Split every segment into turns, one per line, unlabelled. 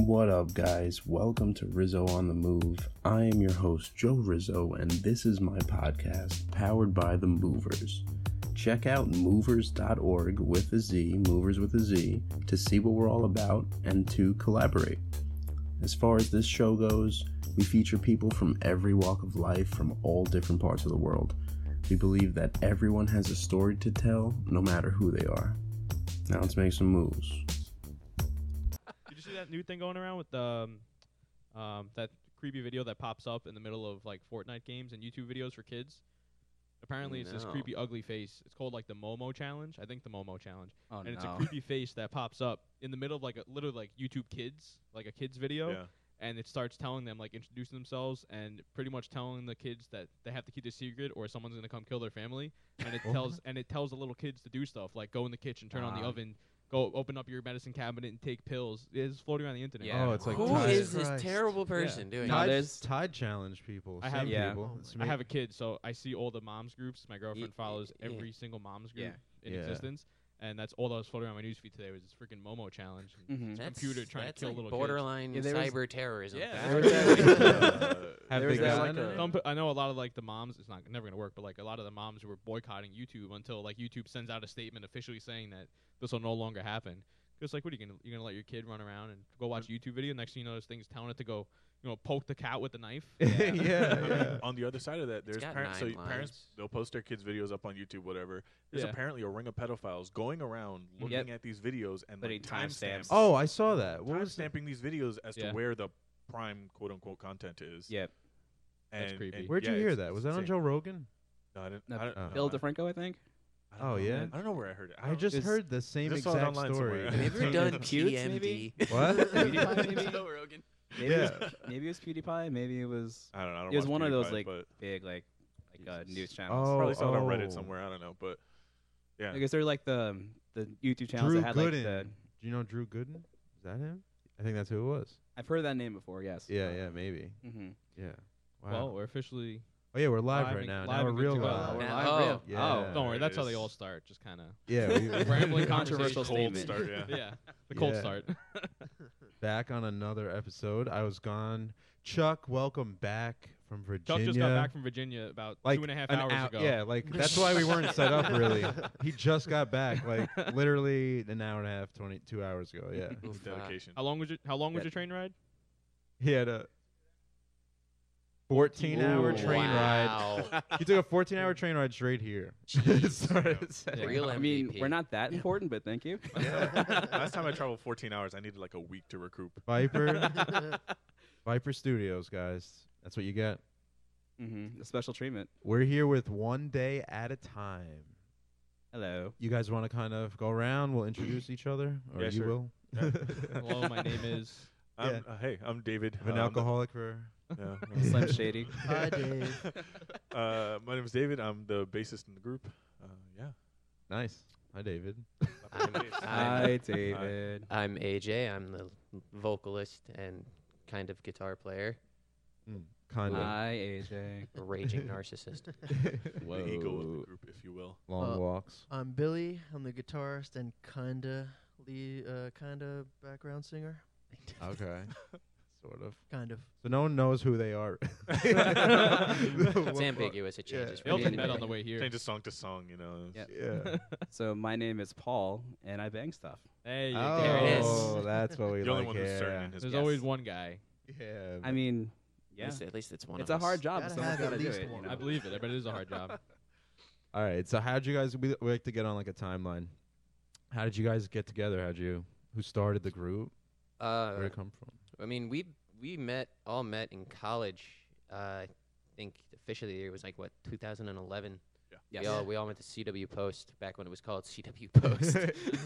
What up, guys? Welcome to Rizzo on the Move. I am your host, Joe Rizzo, and this is my podcast powered by The Movers. Check out movers.org with a Z, movers with a Z, to see what we're all about and to collaborate. As far as this show goes, we feature people from every walk of life from all different parts of the world. We believe that everyone has a story to tell, no matter who they are. Now let's make some moves.
Did you see that new thing going around with um, um, that creepy video that pops up in the middle of like Fortnite games and YouTube videos for kids? Apparently, it's this
No.
creepy, ugly face. It's called like the Momo Challenge. I think the Momo Challenge,
Oh
and
no!
it's a creepy face that pops up in the middle of like a literally like YouTube Kids, like a kids video, and it starts telling them like introducing themselves and pretty much telling the kids that they have to keep the secret or someone's gonna come kill their family. And it
Oh.
tells and it tells the little kids to do stuff like go in the kitchen, turn on the
Ah.
oven, go open up your medicine cabinet and take pills. It's floating around the internet.
Yeah.
Oh, it's like
Who
Tide-
is this
Christ.
terrible person doing
No,
Tide,
that? There's
Tide challenge people.
I
Same
have-
Yeah.
people.
Oh
It's
I
ma-
have a kid, so I see all the moms groups. My girlfriend follows
yeah.
every single moms group in
Yeah.
existence, and that's all that was floating on my newsfeed today was this freaking Momo challenge. And
Mm-hmm. that's,
computer trying to
that's
kill
like
little kids.
borderline
Yeah, there was-
cyber terrorism.
Yeah.
There
That's
was that,
Uh, have
there was
they
that,
gotten
like,
it?
Some, pe- I know a lot of like the moms. It's not never gonna work, but like a lot of the moms who were boycotting YouTube until like YouTube sends out a statement officially saying that this will no longer happen. Because like, what are you gonna you're gonna let your kid run around and go watch a YouTube video? Next thing you know, this thing's telling it to go, you know, poke the cat with a knife.
yeah,
Yeah.
yeah.
on the other side of that,
It's
there's
got
parents. So
nine
you- parents,
lives.
they'll post their kids' videos up on YouTube, whatever. There's
Yeah.
apparently a ring of pedophiles going around
Mhm.
looking at these videos and
Putting
like, time
timestamps.
Oh, I saw that. What
time
was that?
stamping these videos as
Yeah.
to where the prime quote unquote content is.
Yep.
and,
That's creepy.
and
Where'd you
yeah,
hear
it's-
that?
it's
Was that on
insane.
Joe Rogan?
No, I didn't.
No,
I don't,
uh,
no,
Bill
I don't-
DeFranco, I think.
I don't
Oh,
know,
yeah.
man. I don't know where I heard it.
I
don't-
just
Is-
heard the same
I saw it
exact
online
story.
somewhere.
and
Have you
it
ever
turned-
done
Cutes,
PMD?
maybe?
What?
Maybe?
Joe Rogan.
Maybe, it was,
Yeah.
maybe it was PewDiePie. Maybe it was
I don't know. I don't
it was
watch
one of those,
PewDiePie,
like,
but
big like like uh,
Jesus.
news
Oh,
channels.
probably saw it on
oh.
Reddit somewhere. I don't know, but yeah.
I guess they're like the the YouTube channels
Drew
that had like
Gooden.
the.
Do you know Drew Gooden? Is that him? I think that's who it was.
I've heard that name before. Yes.
Yeah, yeah, maybe.
Mm-hmm.
Yeah. Wow.
Well, we're officially.
oh yeah, we're live,
live
right
and-
now.
live
now we're
and good
real
to go.
live.
We're
We're
Yeah.
live
live, Oh.
real.
real.
Yeah.
Don't worry,
There it
that's how they
is.
all start. Just kind of
Yeah, we-
rambling
Controversial
conversation.
Cold
statement.
start, yeah.
yeah, the cold
Yeah.
start.
back on another episode. I was gone. Chuck, welcome back from Virginia.
Chuck just got back from Virginia about
like
two and a half
an
hours
hou-
ago.
Yeah, like that's why we weren't set up really. He just got back, like literally an hour and a half, twenty two hours ago. Yeah,
Oof, uh,
Dedication.
How long was your How long was
Yeah.
your train ride?
he had a fourteen hour
Ooh,
train
wow.
ride. he took a fourteen hour train ride straight here.
Jeez.
Started setting
Real
up.
I mean,
MVP.
we're not that important, but thank you.
Yeah. Last time I traveled 14 hours, I needed like a week to recoup.
Viper, Viper Studios, guys. That's what you get.
mm-hmm. A special treatment.
We're here with one day at a time.
Hello.
You guys want to kind of go around? We'll introduce each other, or
Yeah,
you
sure.
will.
Yeah.
Hello, my name is.
I'm, uh, hey, I'm David.
I'm an
uh, I'm the-
alcoholic for.
No,
Slim Shady.
Hi, Dave.
uh, my name is David. I'm the bassist in the group. Uh, yeah.
Nice. Hi, David.
Clap your bass.
Hi, David.
I'm AJ. I'm the vocalist and kind of guitar player.
Hmm, Kind of.
Hi, AJ.
Raging narcissist.
the ego of the group, if you will.
Long
Uh,
walks.
I'm Billy. I'm the guitarist and kinda lead, uh, kinda background singer.
Okay. sort of.
Kind of.
So no one knows who they are.
It's ambiguous. It
yeah.
changes.
They
from
all
day
just
to
met
day.
on the way here.
Changes song to song, you know.
Yep.
Yeah.
so my name is Paul, and I bang stuff.
Hey, you
oh,
There it
go.
is.
that's what we
The only
like.
one
yeah.
who's certain in his
There's always one guy.
yeah.
I mean,
At
yeah,
least, at least it's one
it's
of
a hard
us.
job. but
Gotta
Someone's
have
got
at
to do
least
it. You
one.
know?
I believe it. I bet it is a hard job.
All right. So how'd you guys? We, we like to get on like a timeline. How did you guys get together? How'd you? Who started the group?
Uh,
Where'd it come from?
I mean, we we met all met in college. Uh, I think officially it was like what 2011.
Yeah.
We all we all went to CW Post back when it was called CW Post.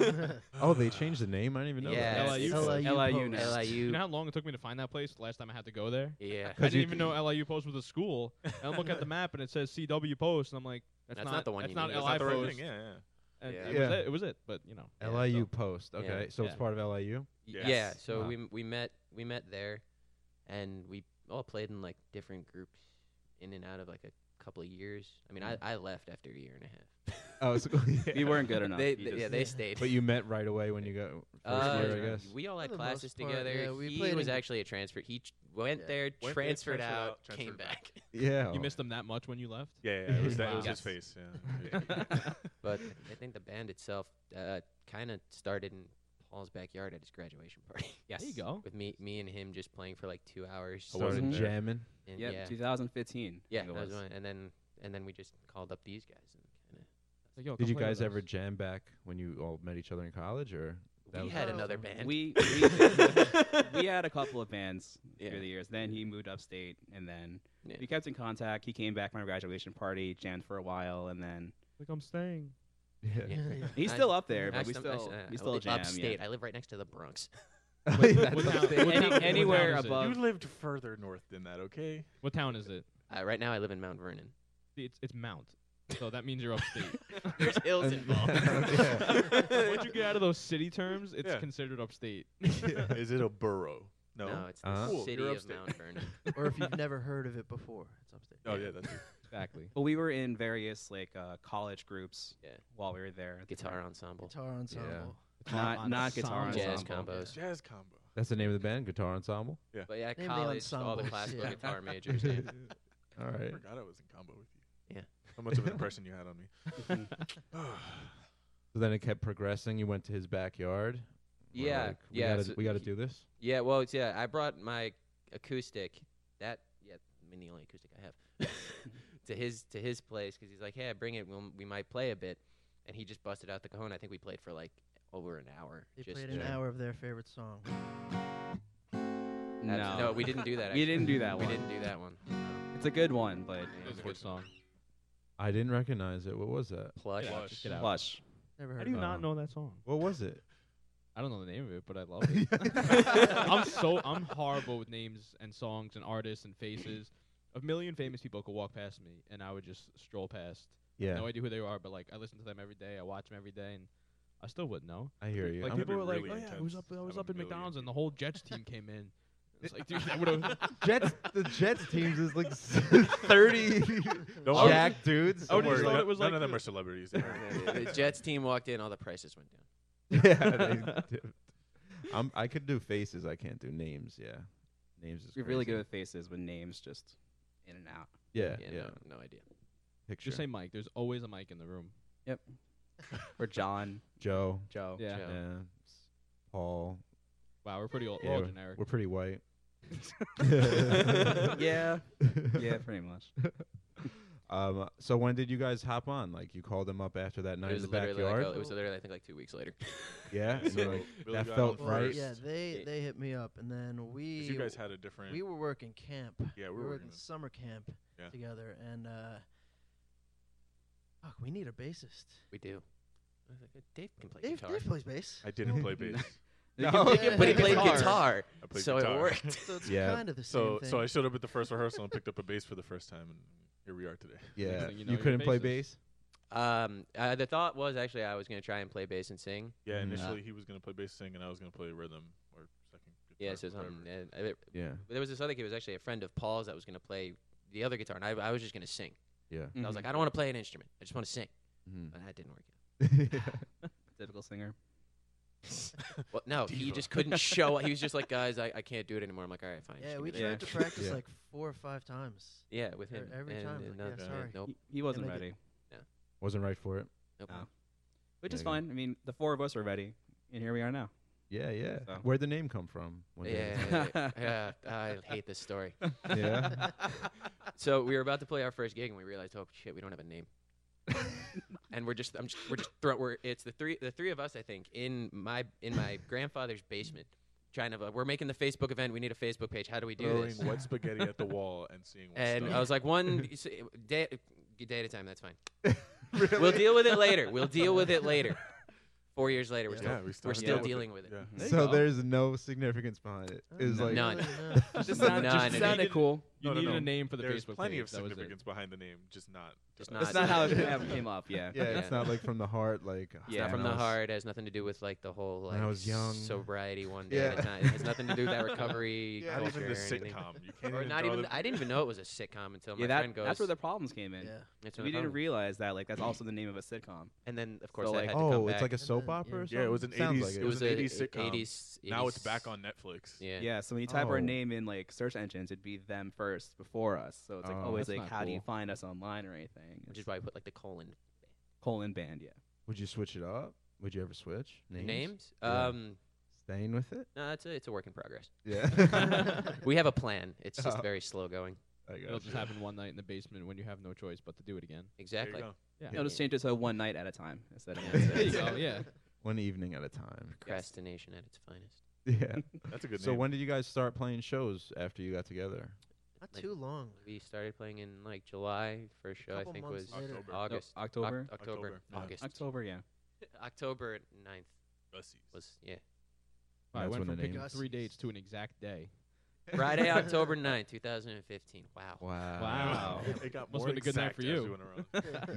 oh, they changed the name. I didn't even know.
Yeah.
that.
LIU.
LIU.
LIU
post.
now.
You know
LIU.
how long it took me to find that place last time I had to go there? I
Yeah,
Cause
didn't
you-
even know LIU Post was a school. And I look at the map and it says CW Post, and I'm like, that's,
That's not the one
That's
you
not
need.
That's
LI
not the right
Post.
thing, Yeah, yeah.
And
Yeah.
It,
Yeah.
was it. it was it. But you know,
Yeah,
LIU
so-
Post.
Yeah.
Okay, so it's
Yeah.
part of LIU.
Y- Yeah.
Yes.
So
Wow.
we m- we met we met there, and we all played in like different groups, in and out of like a couple of years. I mean, I, I left after a year and a half.
Mm. Oh, so,
We weren't good enough.
They,
He
they- yeah,
just-
they stayed.
but you met right away when you got first
Uh,
year, I guess.
We all had
the most
classes
part,
together.
yeah, we
he
played
was
in-
actually a transfer. He ch- went
Yeah.
there,
there,
transferred
transferred
out,
out,
came
transferred back.
back.
yeah,
You missed them that much when you left?
Yeah, yeah, it was that. It was
Wow.
his face. Yeah.
but I think the band itself uh, kind of started in Paul's backyard at his graduation party. yes,
you go.
With me, me and him just playing for like two hours.
I wasn't
Mhm.
jamming.
And
Yep,
yeah,
2015. I
yeah,
think it
that was
was.
one. and then and then we just called up these guys and kinda
Like, yo,
Did
come
you
play with
guys ever
us.
jam back when you all met each other in college, or that
we
was
had
Oh.
another band.
We we, did- we had a couple of bands
Yeah.
through the years. Then he moved upstate, and then
Yeah.
we kept in contact. He came back for my graduation party, jammed for a while, and then
Like, I'm staying.
yeah.
he's
I-
still up there, but
Actually,
we
I'm-
still
actually, uh, I
we still
live
jam.
upstate. I live right next to the Bronx.
Wait,
That's
what
the
town-
thing.
what town- what town
anywhere
is it?
above-
you lived further north than that, okay?
What town is it?
Uh, right now, I live in Mount Vernon.
It's, it's Mount. So that means you're upstate.
There's ills involved.
Yeah.
Once you get out of those city terms, it's
Yeah.
considered upstate.
Is it a borough? No.
No, it's the
Uh-huh.
Cool,
city
you're
of
upstate.
Mount Vernon.
or if you've never heard of it before, it's upstate.
Oh yeah, that's it.
Exactly. Well, we were in various like uh, college groups
Yeah.
while we were there. at the
Guitar
time.
ensemble.
Guitar ensemble.
Not- not guitar
Jazz
ensemble.
Uh,
combos.
jazz combo.
That's the name of the band, Guitar Ensemble.
But yeah,
Name the
college, all the
ensembles,
classical
yeah.
guitar majors. yeah.
All
I
right.
forgot I was in combo with you.
Yeah.
How much of an impression you had on me?
So then it kept progressing. You went to his backyard. We're
Yeah,
like, we
yeah,
Gotta,
so
we got to
he-
do this.
Yeah, well, it's, yeah. I brought my acoustic. That yeah, I mean the only acoustic I have to his to his place because he's like, hey, bring it. We'll, we might play a bit, and he just busted out the cajon. I think we played for like over an hour.
They
just
played an
Yeah.
hour of their favorite song.
abs-
No,
no, we didn't do that.
We
actually.
didn't do that
We
one.
didn't do that one.
It's a good one, but
It was a good song.
I didn't recognize it. What was that?
Plush.
Get out,
Plush.
just get out.
plush.
Never
How
heard
do
of
you
it.
not know that song?
What was it?
I don't know the name of it, but I love it. I'm so I'm horrible with names and songs and artists and faces. A million famous people could walk past me, and I would just stroll past.
Yeah,
No idea who they are, but like I listen to them every day. I watch them every day, and I still wouldn't know.
I hear you.
Like
I'm-
that'd
people
be
were like,
really
"Oh yeah, I
intense.
was up, I
Have
was
a
up in
million
McDonald's, and the
people.
whole Jets team came in." It's like, dude, that would have.
Jets. The Jets teams is like thirty
Don't worry.
jack dudes.
I
Don't
would've
worry.
just Oh, thought
no-
it was
none
like
of them
the-
are celebrities.
the Jets team walked in. All the prices went down.
yeah, they dipped. I'm, I could do faces. I can't do names. Yeah, names is
We're really good
crazy.
with faces, with names just in and out.
Yeah, yeah.
No, no idea.
Picture
Just say Mike. There's always a Mike in the room.
Or John,
Joe.
Joe.
Yeah.
Joe.
Yeah. Paul.
Wow, we're pretty old,
Yeah,
all
we're-
generic.
We're pretty white.
yeah, yeah, pretty much.
Um. So when did you guys hop on? Like you called them up after that night
it
in the
was literally
backyard.
like a, it was literally I think like two weeks later.
yeah. and they're like, that felt
Well,
right.
Yeah, they
Yeah.
they hit me up, and then we
You guys had a different.
we were working camp.
Yeah,
we
we
were
were working
working
it.
summer camp
Yeah.
together, and uh, fuck, we need a bassist.
we do. I was like, Dave can play
Dave,
guitar.
Dave plays bass,
I didn't play bass.
No.
Yeah.
But he played
Guitar.
guitar,
I played
so
guitar.
it worked.
so it's
Yeah.
kind of the same
So
thing.
so I showed up at the first rehearsal and picked up a bass for the first time, and here we are today.
Yeah.
thing you
You,
know, you're
couldn't play
bassist.
bass.
Um, uh, the thought was actually I was gonna try and play bass and sing.
Yeah,
Mm.
initially he was gonna play bass, sing, and I was gonna play rhythm or second.
Yeah,
guitar,
so something.
whatever.
And I, but
Yeah.
there was this other kid who was actually a friend of Paul's that was gonna play the other guitar, and I, I was just gonna sing.
Yeah.
And
Mm-hmm.
I was like, I don't want to play an instrument. I just want to sing.
Mhm.
But that didn't work. out.
typical singer.
Well, no, he
Diva.
just couldn't show up. He was just like, guys, I, I can't do it anymore. I'm like, all right, fine. just
yeah,
give
we
it a
tried
try."
to practice
Yeah.
like four or five times.
Yeah, with him.
every
and,
time,
and
like, yeah,
nothing,
sorry.
and Nope.
He, he wasn't
like it-
ready,
Wasn't right for it.
Nope.
No. which is
Yeah, yeah.
fine. I mean, the four of us were ready, and here we are now.
Yeah. Yeah.
So.
Where'd the name come from? One
Yeah,
day.
yeah, yeah, yeah. Yeah, I hate this story.
yeah.
So we were about to play our first gig, and we realized, oh shit, we don't have a name. and we're just, I'm just, we're just, throw, we're, it's the three, the three of us, I think, in my, in my grandfather's basement, trying to, we're making the Facebook event. We need a Facebook page. How do we do
Throwing
this?
wet spaghetti at the wall and seeing. What
And
stuck.
I was like, one you see, day, day at a time. That's fine. We'll deal with it later. We'll deal with it later. Four years later, we're
Yeah.
still
we
we're
haven't
still
dealt with
dealing with it. Mm-hmm.
Yeah.
There you
so
go.
there's no significance behind it. It was
No,
like
None.
really, no.
Just
None.
sound- just
None.
sounded
Needed-
cool. You
No, no,
needed
no.
a name for the
There's
Facebook
plenty
page.
of
that was it.
significance behind the name, just not.
Just
not
That's
Nah,
not how it
dude.
ever came up. Yeah.
yeah,
Yeah.
it's not like from the heart. Like
It's
Yeah,
not from
when I
the
was-
heart. It has nothing to do with like the whole like
When I was young.
sobriety one day.
Yeah.
It's not, it has nothing to do with that recovery
Yeah,
Not
culture
even the
or anything.
sitcom. You can't
Or
even
not
draw
even.
the-
I didn't even know it was a sitcom until my
yeah, that,
friend goes.
that's where the problems came in.
Yeah.
"It's
We
another
didn't
problem." Mm.
realize that. Like, that's also the name of a sitcom.
and then of course
So,
I
like-
had to come
Oh,
back.
it's like a
And
soap
then-
opera.
yeah.
Or something?
Yeah, it was an
Sounds
80s
Like
it
it.
was
an
a
80s sitcom.
80s,
Now it's back on Netflix.
Yeah.
Yeah. So when you type
Oh.
our name in like search engines, it'd be them first before us. So it's like
Oh.
always
That's
like,
not
how do you
cool.
find us online or anything?
Which
It's
is why I put like the colon
colon band. Yeah.
Would you switch it up? Would you ever switch
names.
Yeah.
Um,
Staying with it?
no, it's a it's a work in progress.
Yeah.
We have a plan. It's just
Oh.
very slow going.
I
It'll just
gotcha.
happen one night in the basement when you have no choice but to do it again.
There you
Exactly.
go.
Yeah.
It'll just change it to one night at a time instead of.
Yeah.
one
There you
set.
go. Yeah.
One evening at a time.
Procrastination at its finest.
Yeah.
That's a good
so
name.
when did you guys start playing shows after you got together?
Not
Like-
too long.
We started playing in like July. First show I
Couple
think was
months later.
October.
No,
August. Oc-
October.
October.
October, yeah.
August.
October. Yeah.
October 9th
Gussies.
was yeah.
I
That's
went
when
from
the
picking
name-
three dates to an exact day.
Friday, October 9th, 2015. Wow.
Wow.
Wow.
it got
Must've
more
been a good night
exact
for
as
you.
we went around.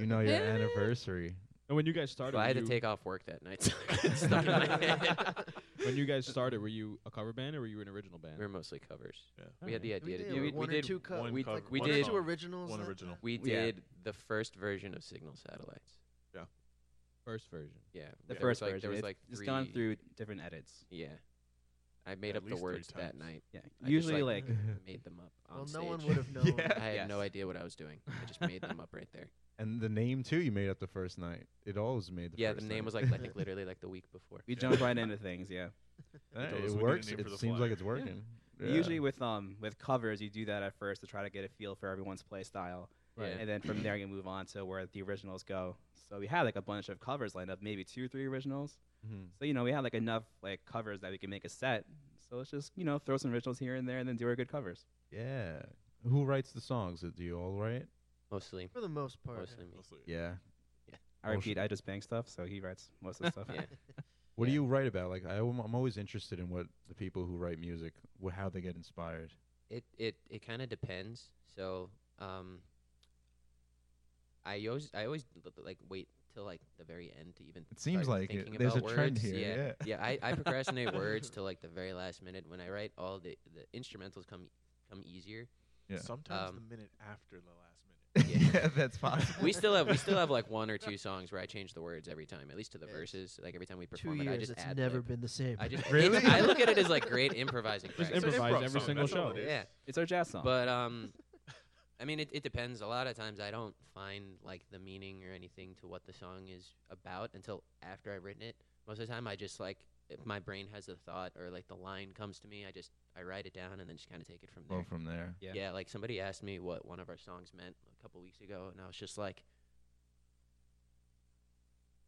You know your anniversary.
And when you guys started,
So I
were
had to
you-
take off work that night. So I got stuck in my head.
when you guys started, were you a cover band or were you an original band?
We were mostly covers.
Yeah.
We had the idea to
did
do.
we-
it.
one or
did.
two co-
one
we-
cover-
like
we
one or
did-
two originals.
One
that-
original.
We
Yeah.
did the first version of Signal Satellites.
First version.
Yeah.
The
there
first
was like,
version.
There was
it's-
like
it's
three,
gone through different edits.
Yeah. I made
At
up the
least three
words that
times.
night.
Yeah.
I just,
Usually,
like,
like,
Made them up on
Well,
stage.
no one would have known.
Yeah.
I had no
Yes.
idea what I was doing. I just made them up right there.
And the name too, you made up the first night. It always made the
yeah,
first
the name
night.
was like I think literally like the week before.
we jump right into things. Yeah.
Hey,
It
it
always would be the
works.
name
It
for the
seems
flyer.
like it's working. Yeah.
Usually with um with covers, you do that at first to try to get a feel for everyone's play style,
Right.
and then from there you move on to where the originals go. So we had like a bunch of covers lined up, maybe two or three originals.
Mm-hmm.
Mhm.
So you know we had like enough like covers that we could make a set. So let's just you know throw some originals here and there, and then do our good covers.
Yeah. Who writes the songs? Do you all write?
Mostly,
For the most part.
mostly me.
Mostly.
Yeah.
I
Well,
repeat, I just bang stuff, so he writes most of the stuff.
Yeah.
What
Yeah.
do you write about? Like, I, am I'm always interested in what the people who write music, wh- how they get inspired.
It it it kind of depends. So, um, I always I always l- l- like wait till like the very end to even.
It seems
start
like it.
thinking
there's a
about
trend
words.
here. Yeah.
Yeah, I, I procrastinate words till like the very last minute. When I write, all the the instrumentals come come easier.
Yeah.
Sometimes
Um,
the minute after the last minute.
Yeah.
that's possible.
We still have we still have like one or two songs where I change the words every time, at least to the
Yeah, it's
verses. Like every time we
Two
perform it, I
years.
just
It's
add.
never been the same.
I just
Really?
it's- I look at it as like great improvising.
Just
practice.
improvise
improv
every
song,
single
that's all
show.
it is.
Yeah,
It's our jazz song.
but um, I mean, it, it depends. A lot of times, I don't find like the meaning or anything to what the song is about until after I've written it. Most of the time, I just like if my brain has a thought or like the line comes to me, I just I write it down and then just kind of take it from there.
Well, from there.
Yeah.
Yeah, like somebody asked me what one of our songs meant a couple weeks ago, and I was just like,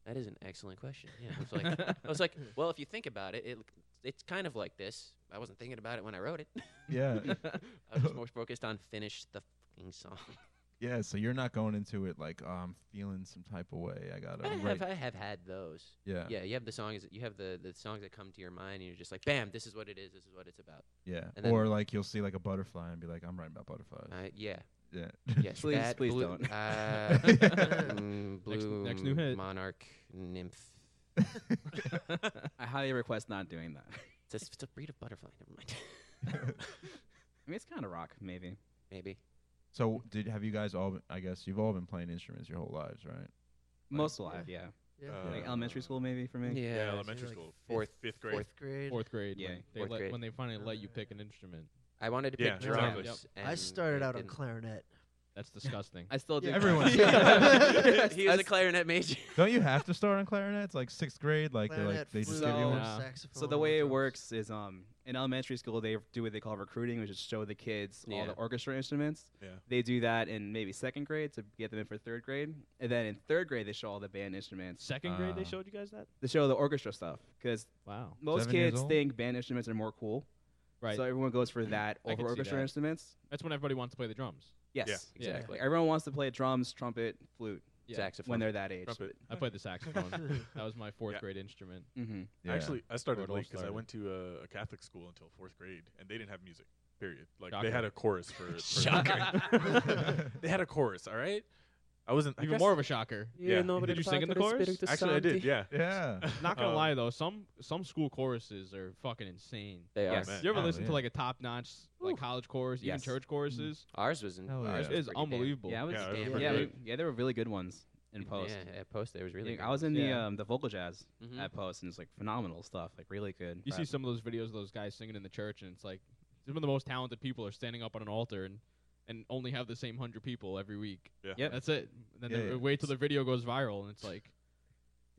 "That is an excellent question." Yeah, I was like, I was like, "Well, if you think about it, it it's kind of like this." I wasn't thinking about it when I wrote it.
Yeah.
I was just more focused on finish the fucking song.
yeah. So you're not going into it like, oh, I'm feeling some type of way. I got to
I
write.
have I have had those.
Yeah.
Yeah, you have the songs, you have the the songs that come to your mind, and you're just like, "Bam! This is what it is. This is what it's about."
Yeah.
And then-
or like you'll see like a butterfly and be like, I'm writing about butterflies.
Uh, yeah.
yeah.
Yes.
Please-
that
please
blue,
don't.
Uh, mm,
Next-
blue
next new hit.
monarch nymph.
I highly request not doing that. I
It's a, it's a breed of butterfly. Never mind.
mean, it's kind of rock, maybe.
Maybe.
so did have you guys all? Been, I guess you've all been playing instruments your whole lives, right?
Most alive, yeah.
yeah.
Uh,
Like elementary school, maybe for me.
Yeah,
Yeah.
elementary
like
school.
fourth-
fifth grade.
Fourth grade.
Fourth grade.
Yeah.
When they,
Fourth
let,
grade.
when they finally let you pick an instrument.
I wanted to pick
Yeah,
drums.
exactly.
I
and
started
it
out on
didn't.
clarinet.
That's disgusting.
I still do.
Yeah.
Everyone-
he was a clarinet major.
Don't you have to start on clarinet? It's like sixth grade. Like they're
clarinet,
like they just
flute,
give you
So-
one.
Nah.
saxophone.
So the
all
way it
drums.
works is um in elementary school they do what they call recruiting, which is show the kids all
Yeah.
the orchestra instruments.
Yeah.
They do that in maybe second grade to get them in for third grade, and then in third grade they show all the band instruments.
Second grade, they
Uh,
showed you guys that.
They show the orchestra stuff because
Wow.
most
Seven years
kids
old?
think band instruments are more cool,
Right.
so everyone goes for that
I can
over
see
orchestra
that.
instruments.
That's when everybody wants to play the drums.
Yes,
Yeah.
exactly. Everyone wants to play drums, trumpet, flute.
Yeah.
saxophone.
when they're that age.
Trumpet.
I played the saxophone. that was my fourth
Yeah.
grade instrument.
Mm-hmm.
Yeah.
Actually, I started
it all
late because I
started.
went to a, a Catholic school until fourth grade, and they didn't have music. Period. Like
Shocker.
they had a chorus for. for
Shocker.
they had a chorus. All right. I wasn't I
Even
guess-
more of a shocker.
Yeah.
Did you sing in the chorus?
Actually, I did. Yeah.
yeah.
Not gonna
Um,
lie though, some some school choruses are fucking insane.
They are.
Yes.
Man.
You ever
Oh,
listen
yeah.
to like a top notch like
Ooh.
college chorus, even
Yes.
church choruses?
Mm-hmm. Ours was in.
Hell
ours
yeah.
It is
pretty damn-
unbelievable.
Yeah, I was,
Yeah,
it was
yeah,
pretty
yeah,
good.
we- yeah, they were really good ones in post.
Yeah, at post, it was really.
Like,
good.
I was in the
Yeah.
um, the vocal jazz
Mhm.
at post, and it's like phenomenal stuff, like really good.
You see
rap.
some of those videos of those guys singing in the church, and it's like some of the most talented people are standing up on an altar and, and only have the same hundred people every week.
Yeah.
Yep.
That's it. Then
Yeah,
they
yeah.
wait till the video goes viral, and it's like,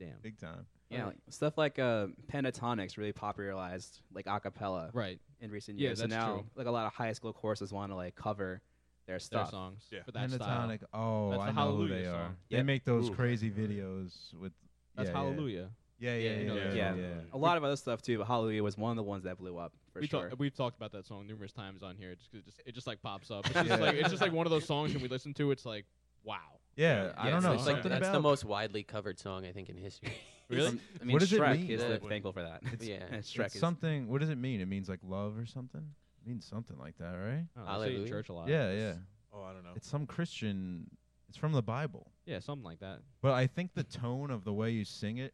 damn.
Big time.
yeah, like, stuff like uh, pentatonics really popularized like a cappella
Right.
in recent
Yeah,
years. so
that's
now
true.
like a lot of high school courses want to like cover their
Their
stuff.
songs.
Yeah.
For that style.
Pentatonic. Oh,
That's the
I know who
Hallelujah
they
song.
are. They
Yeah.
make those
Ooh.
crazy videos with.
That's
yeah, yeah.
Hallelujah.
Yeah,
Yeah,
yeah,
you
yeah,
know
yeah.
that
yeah,
song.
A lot of other stuff too, but Hallelujah was one of the ones that blew up for
we
sure.
talk, we've talked about that song numerous times on here. Just 'cause it just it just like pops up. It's
Yeah.
just like it's just like one of those songs when we listen to. It's like, wow.
Yeah,
Yeah,
I
yeah,
don't
So
know.
it's like-
Something
that's
about
the most widely covered song I think in history.
From- I mean,
Um, What does it
Shrek
mean?
is
Yeah.
like, thankful for that.
It's-
Yeah.
And
it's
Shrek is
something. What does it mean? It means like love or something. It means something like that, right?
Oh, I say it in
Hallelujah.
church a lot.
yeah, yeah.
Oh, I don't know.
It's some Christian. It's from the Bible,
Yeah, something like that.
but I think the tone of the way you sing it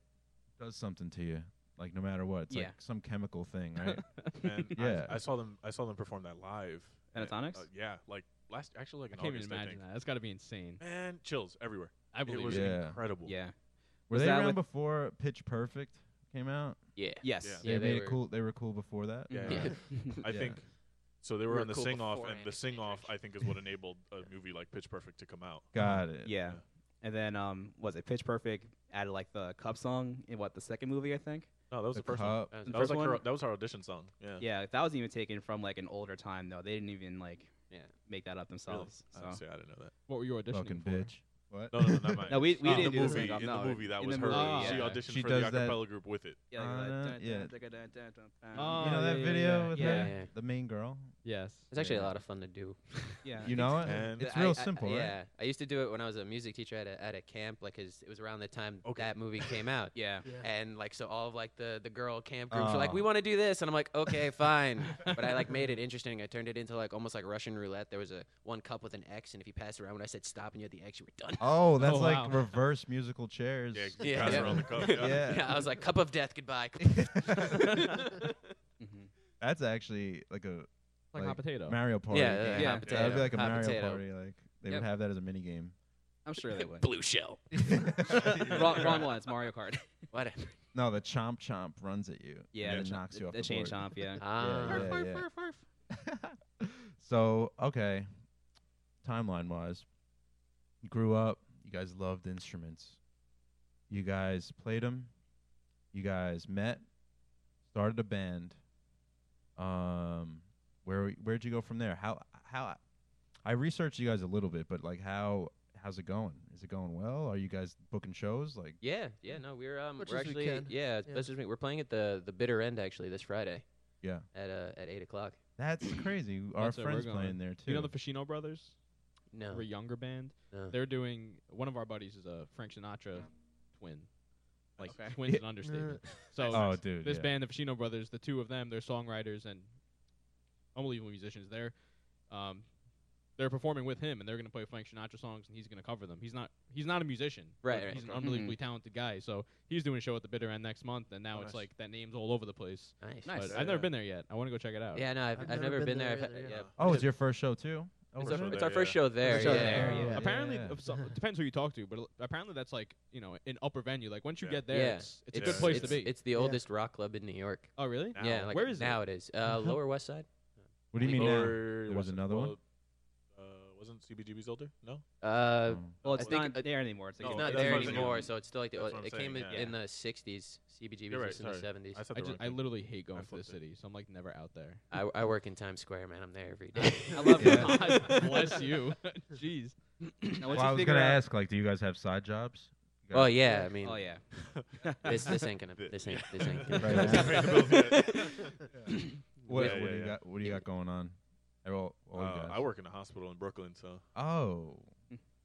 does something to you. Like no matter what, it's
Yeah.
like some chemical thing, right?
Man,
Yeah.
I, I saw them. Um, I saw them perform that live. and,
Pentatonics?
Oh,
uh, yeah. Like last. Actually, like
I
in
can't
August.
even
I
imagine
think.
that. That's got to be insane.
Man, chills everywhere.
I believe
It was
it.
Yeah.
incredible.
yeah.
Were
Was
they
that
around
with-
before Pitch Perfect came out?
Yeah.
Yes.
Yeah.
Yeah,
they,
they
made
were-
it cool. They were cool before that.
Yeah.
Yeah.
I
Yeah.
think so. They were,
We were
on the
cool
sing off,
before
and the
Anakin
sing off,
Matrix.
I think, is what enabled a movie like Pitch Perfect to come out.
Got it.
Mm-hmm. Yeah. And then um was it Pitch Perfect added like the cup song in what the second movie I think?
No, that was
The
the first one.
cup.
That
The
That was
first
like her,
one?
that was her audition song. Yeah.
Yeah, that was even taken from like an older time though. They didn't even like
Yeah.
make that up themselves. So.
Honestly, I didn't know that.
What were you auditioning
Fucking
for?
bitch. What?
No, no, no, not mine.
No, we we
in
didn't
the
do
movie.
this
in the movie, that
in
was
the
her.
movie,
She
yeah.
auditioned
She
for the
does that-
acapella group with it.
Uh, yeah.
Oh,
you know that
yeah, yeah,
video
yeah.
with
Yeah,
her,
yeah.
the main girl.
Yes.
It's actually a
Yeah.
lot of fun to do.
yeah.
You know it.
And-
It's
I-
real
I-
simple, right?
Yeah, I used to do it when I was a music teacher at a, at a camp, like 'cause it was around the time
Okay.
that movie came out.
Yeah.
Yeah.
And like so, all of like the the girl camp groups were like,
Oh.
"We want to do this," and I'm like, "Okay, fine." but I like made it interesting. I turned it into like almost like Russian roulette. There was a one cup with an X, and if you passed around when I said stop and you had the X, you were done.
Oh, that's
Oh,
like
wow.
reverse musical chairs.
Yeah,
Yeah.
pass
Yeah.
around the cup.
Yeah.
I was like, "Cup of death, goodbye."
Mhm.
that's actually like a
Like, hot potato.
Mario Party.
yeah,
game.
yeah,
Yeah.
Hot
Yeah, that'd
potato,
be like a
hot
Mario
potato.
Party. Like they
Yep.
would have that as a mini game.
I'm sure they would.
Blue shell.
wrong, wrong one. It's Mario Kart.
Whatever.
no, the chomp chomp runs at you.
Yeah,
and
the
it
ch-
knocks you off
the
the
chain
board.
chomp. Yeah.
Ah.
yeah, yeah. so okay, timeline wise, you grew up. You guys loved instruments. You guys played them. You guys met. Started a band. Um, where where'd you go from there? How how I researched you guys a little bit, but like how how's it going? Is it going well? Are you guys booking shows? Like
Yeah, yeah, no, we're um,
Much
we're
as we
actually
can.
yeah,
Yeah.
best as we, we're playing at the the bitter end actually this Friday.
Yeah.
At uh at eight o'clock.
that's crazy. Our
That's where we're
friends
going.
playing there too.
You know the Fashino brothers?
No.
We're a younger band.
no.
They're doing one of our buddies is a Frank Sinatra twin. Like
Okay.
twins is an understatement. So
oh dude,
this
yeah.
band, the Fashino brothers, the two of them, they're songwriters and unbelievable musicians. They're um they're performing with him and they're gonna play Frank Sinatra songs and he's gonna cover them. He's not he's not a musician. but
Right, right.
He's an
Okay. Mm-hmm.
unbelievably talented guy. So he's doing a show at the bitter end next month and now
Oh,
it's
nice.
like that name's all over the place.
nice.
Nice.
But
Yeah,
I've
yeah.
never been there yet. I wanna go check it out.
Yeah, no, I've, I've, never been, there. I've,
either,
yeah.
yeah.
Oh, it's your first show too. Oh,
It's,
for
our,
sure.
it's
there,
our first
yeah.
show there.
show
yeah.
there,
yeah.
apparently,
yeah.
if some, it depends who you talk to, but l- apparently that's like you know an upper venue. Like once you
Yeah.
get there,
Yeah.
it's, it's, a good place to
it's,
be.
It's the
Yeah.
oldest rock club in New York.
oh really? Uh-huh.
Now.
Yeah, like
Where is it?
now it is. Uh, Lower West Side.
What do you mean now?
Or
was
wasn't-
another one?
well, Uh, wasn't CBGB's older? No.
Uh,
Oh.
Well,
I
it's
think
not
it-
there anymore. It's, like
No,
it's
that's
in-
not
what
there
I'm saying.
anymore, so it's still like the,
That's what I'm
it came
saying,
in,
yeah.
in the '60s. CBGB
You're
was
right.
in
Sorry.
the
I said
'70s.
I,
the
ju-
wrong
I
thing.
literally hate going to the
flipped it.
city, so I'm like never out there.
I, I work in Times Square, man. I'm there every day.
I love
Yeah.
it.
God bless you. Jeez.
Now,
Well,
once
I
you
was
figure
gonna
out-
ask, like, do you guys have side jobs? You
Well,
guys-
yeah. I mean,
Oh yeah.
this this ain't gonna this ain't this ain't gonna
Right.
this ain't
Right.
gonna-
What, what
Yeah, yeah,
do you
yeah.
got? What do you got going on? Errol, all you
Uh,
guys.
I work in a hospital in Brooklyn, so
Oh,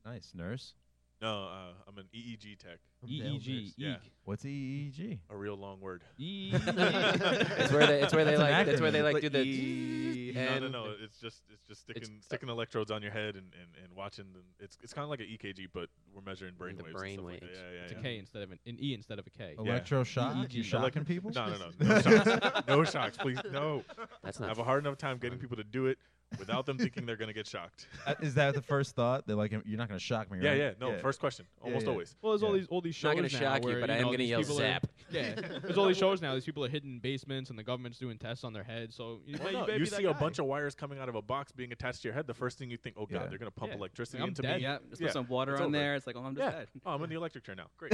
nice nurse.
No, uh, I'm an EEG tech.
E
E
EEG.
Yeah.
eek.
What's E EEG?
A real long word.
E.
EEG.
It's where they. It's where they
It's an
like. That's where they
acronym.
like do the.
E.
E
No,
and
no, no. It's just it's just sticking sticking electrodes on your head and, and, and watching them. It's it's kind of like an EKG, but we're measuring brain
The
waves.
brain
and stuff like that.
waves.
Yeah, yeah,
It's a
yeah.
K instead of an, an E instead of a K. E
Yeah.
Electroshock?
EEG.
You shocking
Elec-
people?
No, no, no, no shocks. no shocks, please, no.
That's
I
not.
have a hard enough time getting
fun.
people to do it without them thinking they're gonna get shocked.
Uh, Is that the first thought? They're like, you're not going to shock me,
Yeah,
right?
yeah. No, first question.
Yeah,
Almost
yeah.
always.
Well, there's all
Yeah.
these all these
Not
shows
gonna shock
now
you,
where,
but I am
know,
gonna
these
yell
people are-
zap.
yeah, there's all these shows now. These people are hidden in basements, and the government's doing tests on their heads. So you,
Well,
might-
Oh, no,
better
you
be that
see a
guy.
bunch of wires coming out of a box being attached to your head. The first thing you think, oh god,
Yeah.
they're gonna pump
Yeah.
electricity
I'm
into
dead.
me.
Yeah, just
Yeah,
put some water
it's
on
over.
there. It's like, oh, I'm just
Yeah.
dead.
Oh, I'm in the electric chair now. Great.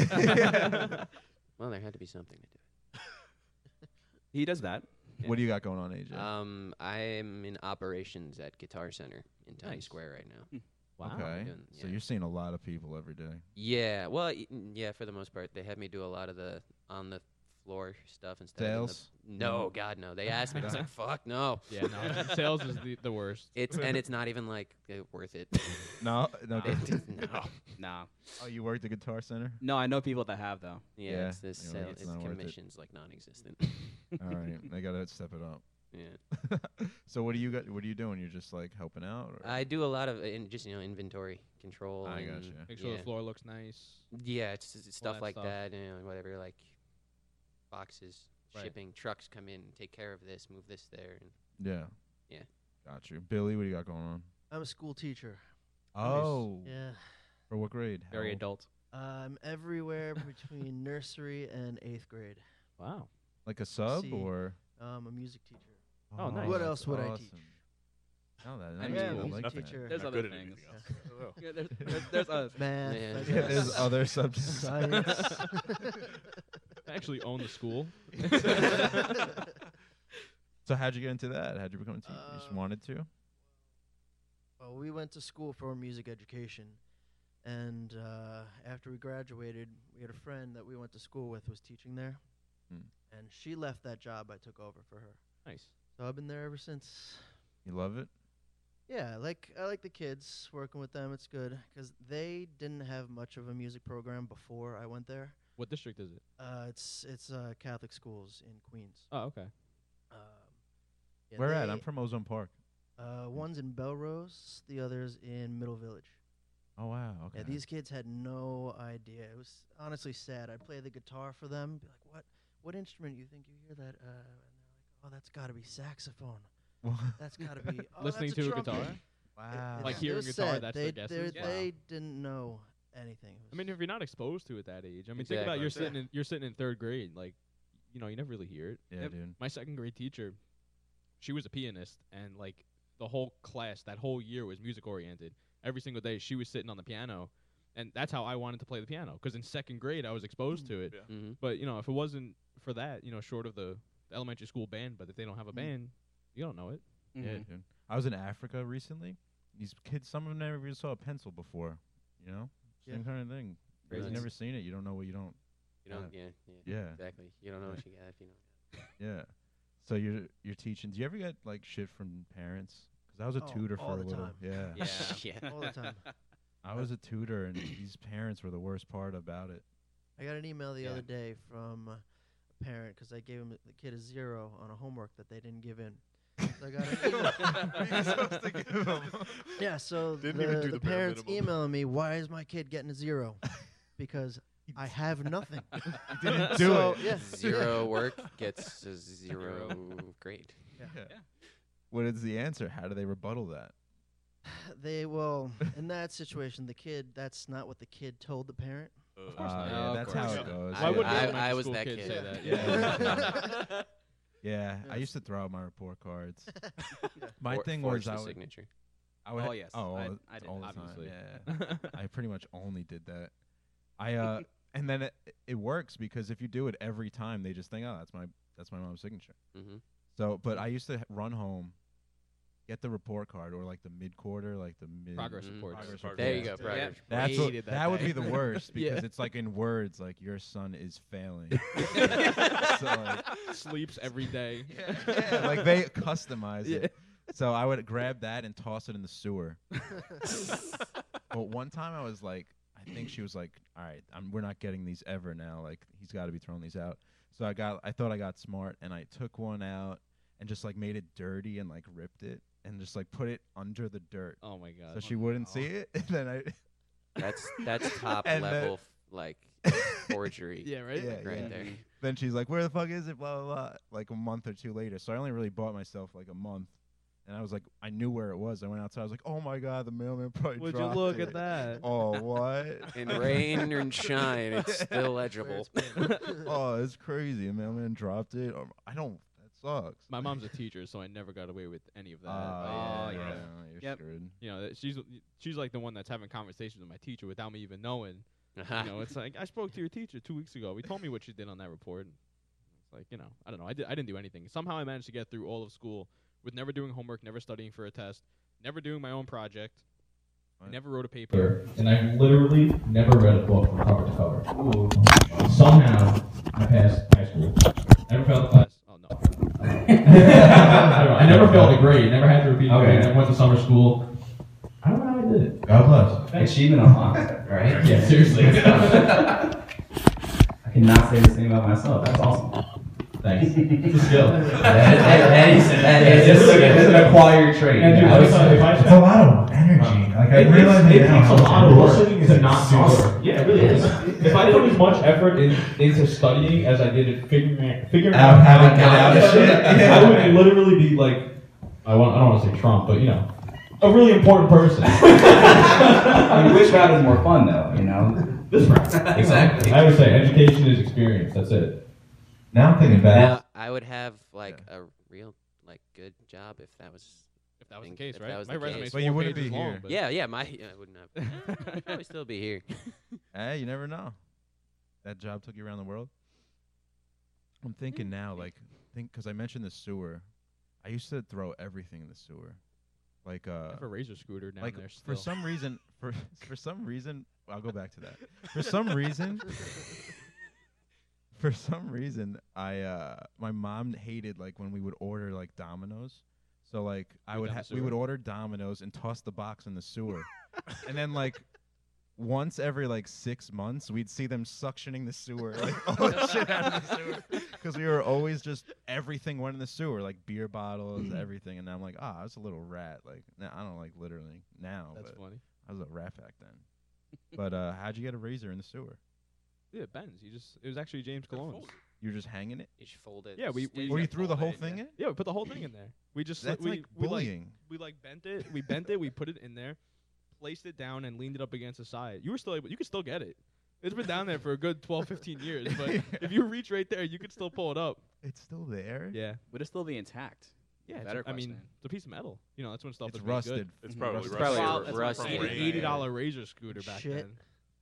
Well, there had to be something to do.
He does that.
What do you got going on, AJ?
Um, I am in operations at Guitar Center in Times
Nice.
Square right
Hmm.
now.
Wow.
okay.
doing-
So
yeah.
you're seeing a lot of people every day.
Yeah, well, y- n- yeah, for the most part, they had me do a lot of the on the floor stuff instead.
Sales?
Of in the, no, God, no. They asked me. I was like, fuck, no.
Mm-hmm. Yeah, no, sales is the, the worst.
It's and it's not even like uh, worth it.
No, no.
It- no.
Nah.
oh, you work the Guitar Center?
No, I know people that have though.
Yeah,
Yeah,
it's this
you know,
sale.
it's
It's,
not worth it.
commissions like non-existent.
All right. I got to step it up.
yeah.
so what do you got? What are you doing? You're just like helping out? Or?
I do a lot of uh, in, just you know inventory control.
I
and-
gotcha.
Make sure
yeah.
the floor looks nice.
Yeah, it's, it's
All
stuff
that
like
stuff.
that, you know, whatever, like boxes,
Right.
shipping, trucks come in, take care of this, move this there. And
Yeah.
Yeah.
Got you. Billy, what do you got going on?
I'm a school teacher.
Oh.
Yeah.
For what grade?
Very
How-
adult.
I'm everywhere between nursery and eighth grade.
Wow.
Like a sub
See.
or?
I'm a music teacher.
Oh, nice.
What
that's
else would I
awesome.
teach?
No, Oh, that,
I
that's
mean,
cool.
music
I like that.
teacher.
There's
Not
other
good at
things.
anything else.
Oh,
I don't know.
Yeah, there's, there's, there's us.
Math.
Yeah.
physics,
Yeah, there's
Yes.
other subjects.
Science.
I actually own the school.
So how'd you get into that? How'd you become a teacher? you just
Um,
wanted to?
well, we went to school for music education, and uh, after we graduated, we had a friend that we went to school with was teaching there,
Hmm.
and she left that job. I took over for her,
Nice.
so I've been there ever since.
You love it?
Yeah, I like I like the kids working with them. It's good because they didn't have much of a music program before I went there.
What district is it?
Uh, it's it's uh, Catholic schools in Queens.
Oh, okay.
Um, yeah,
Where at?
they-
I'm from Ozone Park.
Uh, one's in Belrose, the other's in Middle Village.
Oh wow. Okay.
Yeah, these kids had no idea. It was honestly sad. I'd play the guitar for them, be like, "What? What instrument you think you hear that?" Uh, and they're like, "Oh, that's got to be saxophone. That's got to be oh,
Listening
that's a
to a
trumpet."
guitar.
It-
wow.
it's-
Like
it
hearing
was
guitar,
sad.
that's
they,
their guesses?
they-
Yeah.
They didn't know anything. It
I mean,
was-
if you're not exposed to it that age, I mean, think about
Exactly.
you're
Yeah.
sitting in, you're sitting in third grade, like, you know, you never really hear it.
yeah,
Yep.
dude.
My second grade teacher, she was a pianist, and like the whole class, that whole year was music oriented. Every single day, she was sitting on the piano, and that's how I wanted to play the piano. Because in second grade, I was exposed to it.
Yeah.
Mm-hmm.
hmm
But you know, if it wasn't for that, you know, short of the the elementary school band, but if they don't have a
Mm.
band, you don't know it.
Mm-hmm.
Mm-hmm.
Yeah,
Mhm.
dude. I was in Africa recently. These kids, some of them never even saw a pencil before. You know,
Yeah.
same kind of thing.
Crazy.
You've never seen it. You don't know what you don't.
You don't, yeah, yeah,
Yeah,
exactly. You don't know what you got if you know.
yeah. So you're you're teaching. Do you ever get like shit from parents? Because I was a
Oh,
tutor for
all
a
the
little.
time.
Yeah.
Yeah.
Yeah.
all the time.
I was a tutor, and these parents were the worst part about it.
I got an email the
Yeah.
other day from a parent because I gave him the kid a zero on a homework that they didn't give in. So I got an email. yeah, so
Didn't
the,
even do
the
the bare
parents
minimum.
emailing me, why is my kid getting a zero? Because I have nothing.
didn't do
so,
it.
Yeah,
Zero work gets a zero grade.
Yeah. What is the answer? How do they rebuttal that?
yeah. They well, in that situation, the kid that's not what the kid told the parent.
Of
Uh,
course not.
yeah,
of
that's
course
how it
not.
goes.
I,
yeah.
would
I,
recommend
I was
school
that
kids
kid.
say
that,
yeah.
Yeah.
Yeah, I
Yeah.
used to throw out my report cards.
Yeah.
My
For-
thing
forged
was
the
I would,
signature.
I would
Oh,
ha-
yes.
oh, all,
I-
the-
I did,
all the
obviously.
time. Yeah, I pretty much only did that. I uh, and then it, it works because if you do it every time, they just think, oh, that's my that's my mom's signature.
Mhm.
So, but I used to h- run home, get the report card or like the mid quarter, like the mid
Progress
Mhm.
reports.
progress
Progress.
There you
reports.
go.
Yeah.
Progress.
That's what, that,
Hated that
would
day.
be the worst
Yeah.
because it's like in words, like your son is failing. so like,
Sleeps every day.
yeah, like they customize
Yeah.
it. So I would grab that and toss it in the sewer. but one time I was like, I I think she was like, "All right, I'm, we're not getting these ever now. Like he's got to be throwing these out." So I got, I thought I got smart, and I took one out and just like made it dirty and like ripped it and just like put it under the dirt
Oh my
so
god.
she wouldn't see it. And then I,
That's that's top
And then-
level f like forgery.
yeah, right?
Yeah,
like, right
yeah.
there.
then she's like, "Where the fuck is it?" Blah blah blah. Like a month or two later. So I only really bought myself like a month, and I was like, I knew where it was. I went outside. I was like, "Oh my god, the mailman probably."
Would you
dropped
look
it.
at that?
Oh what?
In rain and shine, it's still
Where
legible.
it's been.
oh, it's crazy. The mailman dropped it. Um, I don't. That sucks.
My mom's a teacher, so I never got away with any of that.
Ah,
Like,
yeah.
You're
Yep.
screwed.
you know, that she's she's like the one that's having conversations with my teacher without me even knowing. You know, it's like I spoke to your teacher two weeks ago. We told me what you did on that report. And it's like you know, I don't know. I did. I didn't do anything. Somehow I managed to get through all of school with never doing homework, never studying for a test, never doing my own project. I
What?
never wrote a paper.
paper, and I literally never read a book from cover to cover. Somehow, I passed high school. Never failed a class.
Class. Oh no.
I never failed a grade. Never had to repeat a grade.
Okay.
I went to summer school. I don't know how I did it.
God bless. Achievement unlocked, right?
Yeah, seriously.
I cannot say the same about myself. That's awesome.
Thanks. It's a skill.
That, that- that is, that is
It's like-
it's an acquired trait.
Andrew,
Yeah.
if I- if I-
it's a lot of energy. Like I
It takes,
realize
it
now,
takes a
it's
lot of work to not do
Awesome.
work. Yeah, it really is. If I put as much effort in, into studying as I did in figuring figuring
Out
out
how to get out of shit.
I would literally be like, I want, I don't want to say Trump, but you know, a really important person.
I mean, which route is more fun though? You know.
this round.
Exactly.
I would say education is experience. That's it.
Now I'm thinking about
Now, I would have like a real like good job if that was.
If that was the
Think
case,
if
right?
that was
my
the
resume
case.
is
But you
four
wouldn't
pages
be
long,
here.
but-
Yeah, yeah. My I wouldn't have. I'd probably still be here.
Hey, you never know. That job took you around the world. I'm
Mm,
thinking now, like, think because I mentioned the sewer. I used to throw everything in the sewer, like
I
uh,
have a razor scooter down
like
there still.
for some reason, for for some reason, I'll go back to that. For some reason, for some reason, I uh, my mom hated like when we would order like Domino's. So like I
Go
would
down
ha-
the
we would
sewer.
order Domino's and toss the box in the sewer, and then like once every like six months, we'd see them suctioning the sewer, like all the shit out of the sewer, because we were always just everything went in the sewer, like beer bottles,
Mm-hmm.
everything. And I'm like, ah, I was a little rat. Like, now I don't like literally now,
That's
but
funny.
I was a rat back then. but uh, how'd you get a razor in the sewer?
Yeah, Ben's. You just it was actually James
They're
Cologne's.
You were just hanging it,
You should fold it.
Yeah, we-
stick
we-
it,
or you threw the
fold
whole
it,
thing
yeah.
in?
Yeah, we put the whole thing in there. We just
That's
we,
like
we like
bullying.
we like bent it, we bent it, we put it in there, placed it down, and leaned it up against the side. You were still able, you could still get it. It's been down there for a good 12, 15 years, but if you reach right there, you could still pull it up.
it's still there.
Yeah,
Would it still be intact?
yeah.
Better
It's, I mean,
question.
it's a piece of metal. You know, that's when stuff
It's
is made good.
rusted.
It's
Mhm.
probably
It's
rusty.
probably
from-
a
from
rusty-
rain.
Eighty- eighty dollar razor scooter back
Shit.
then.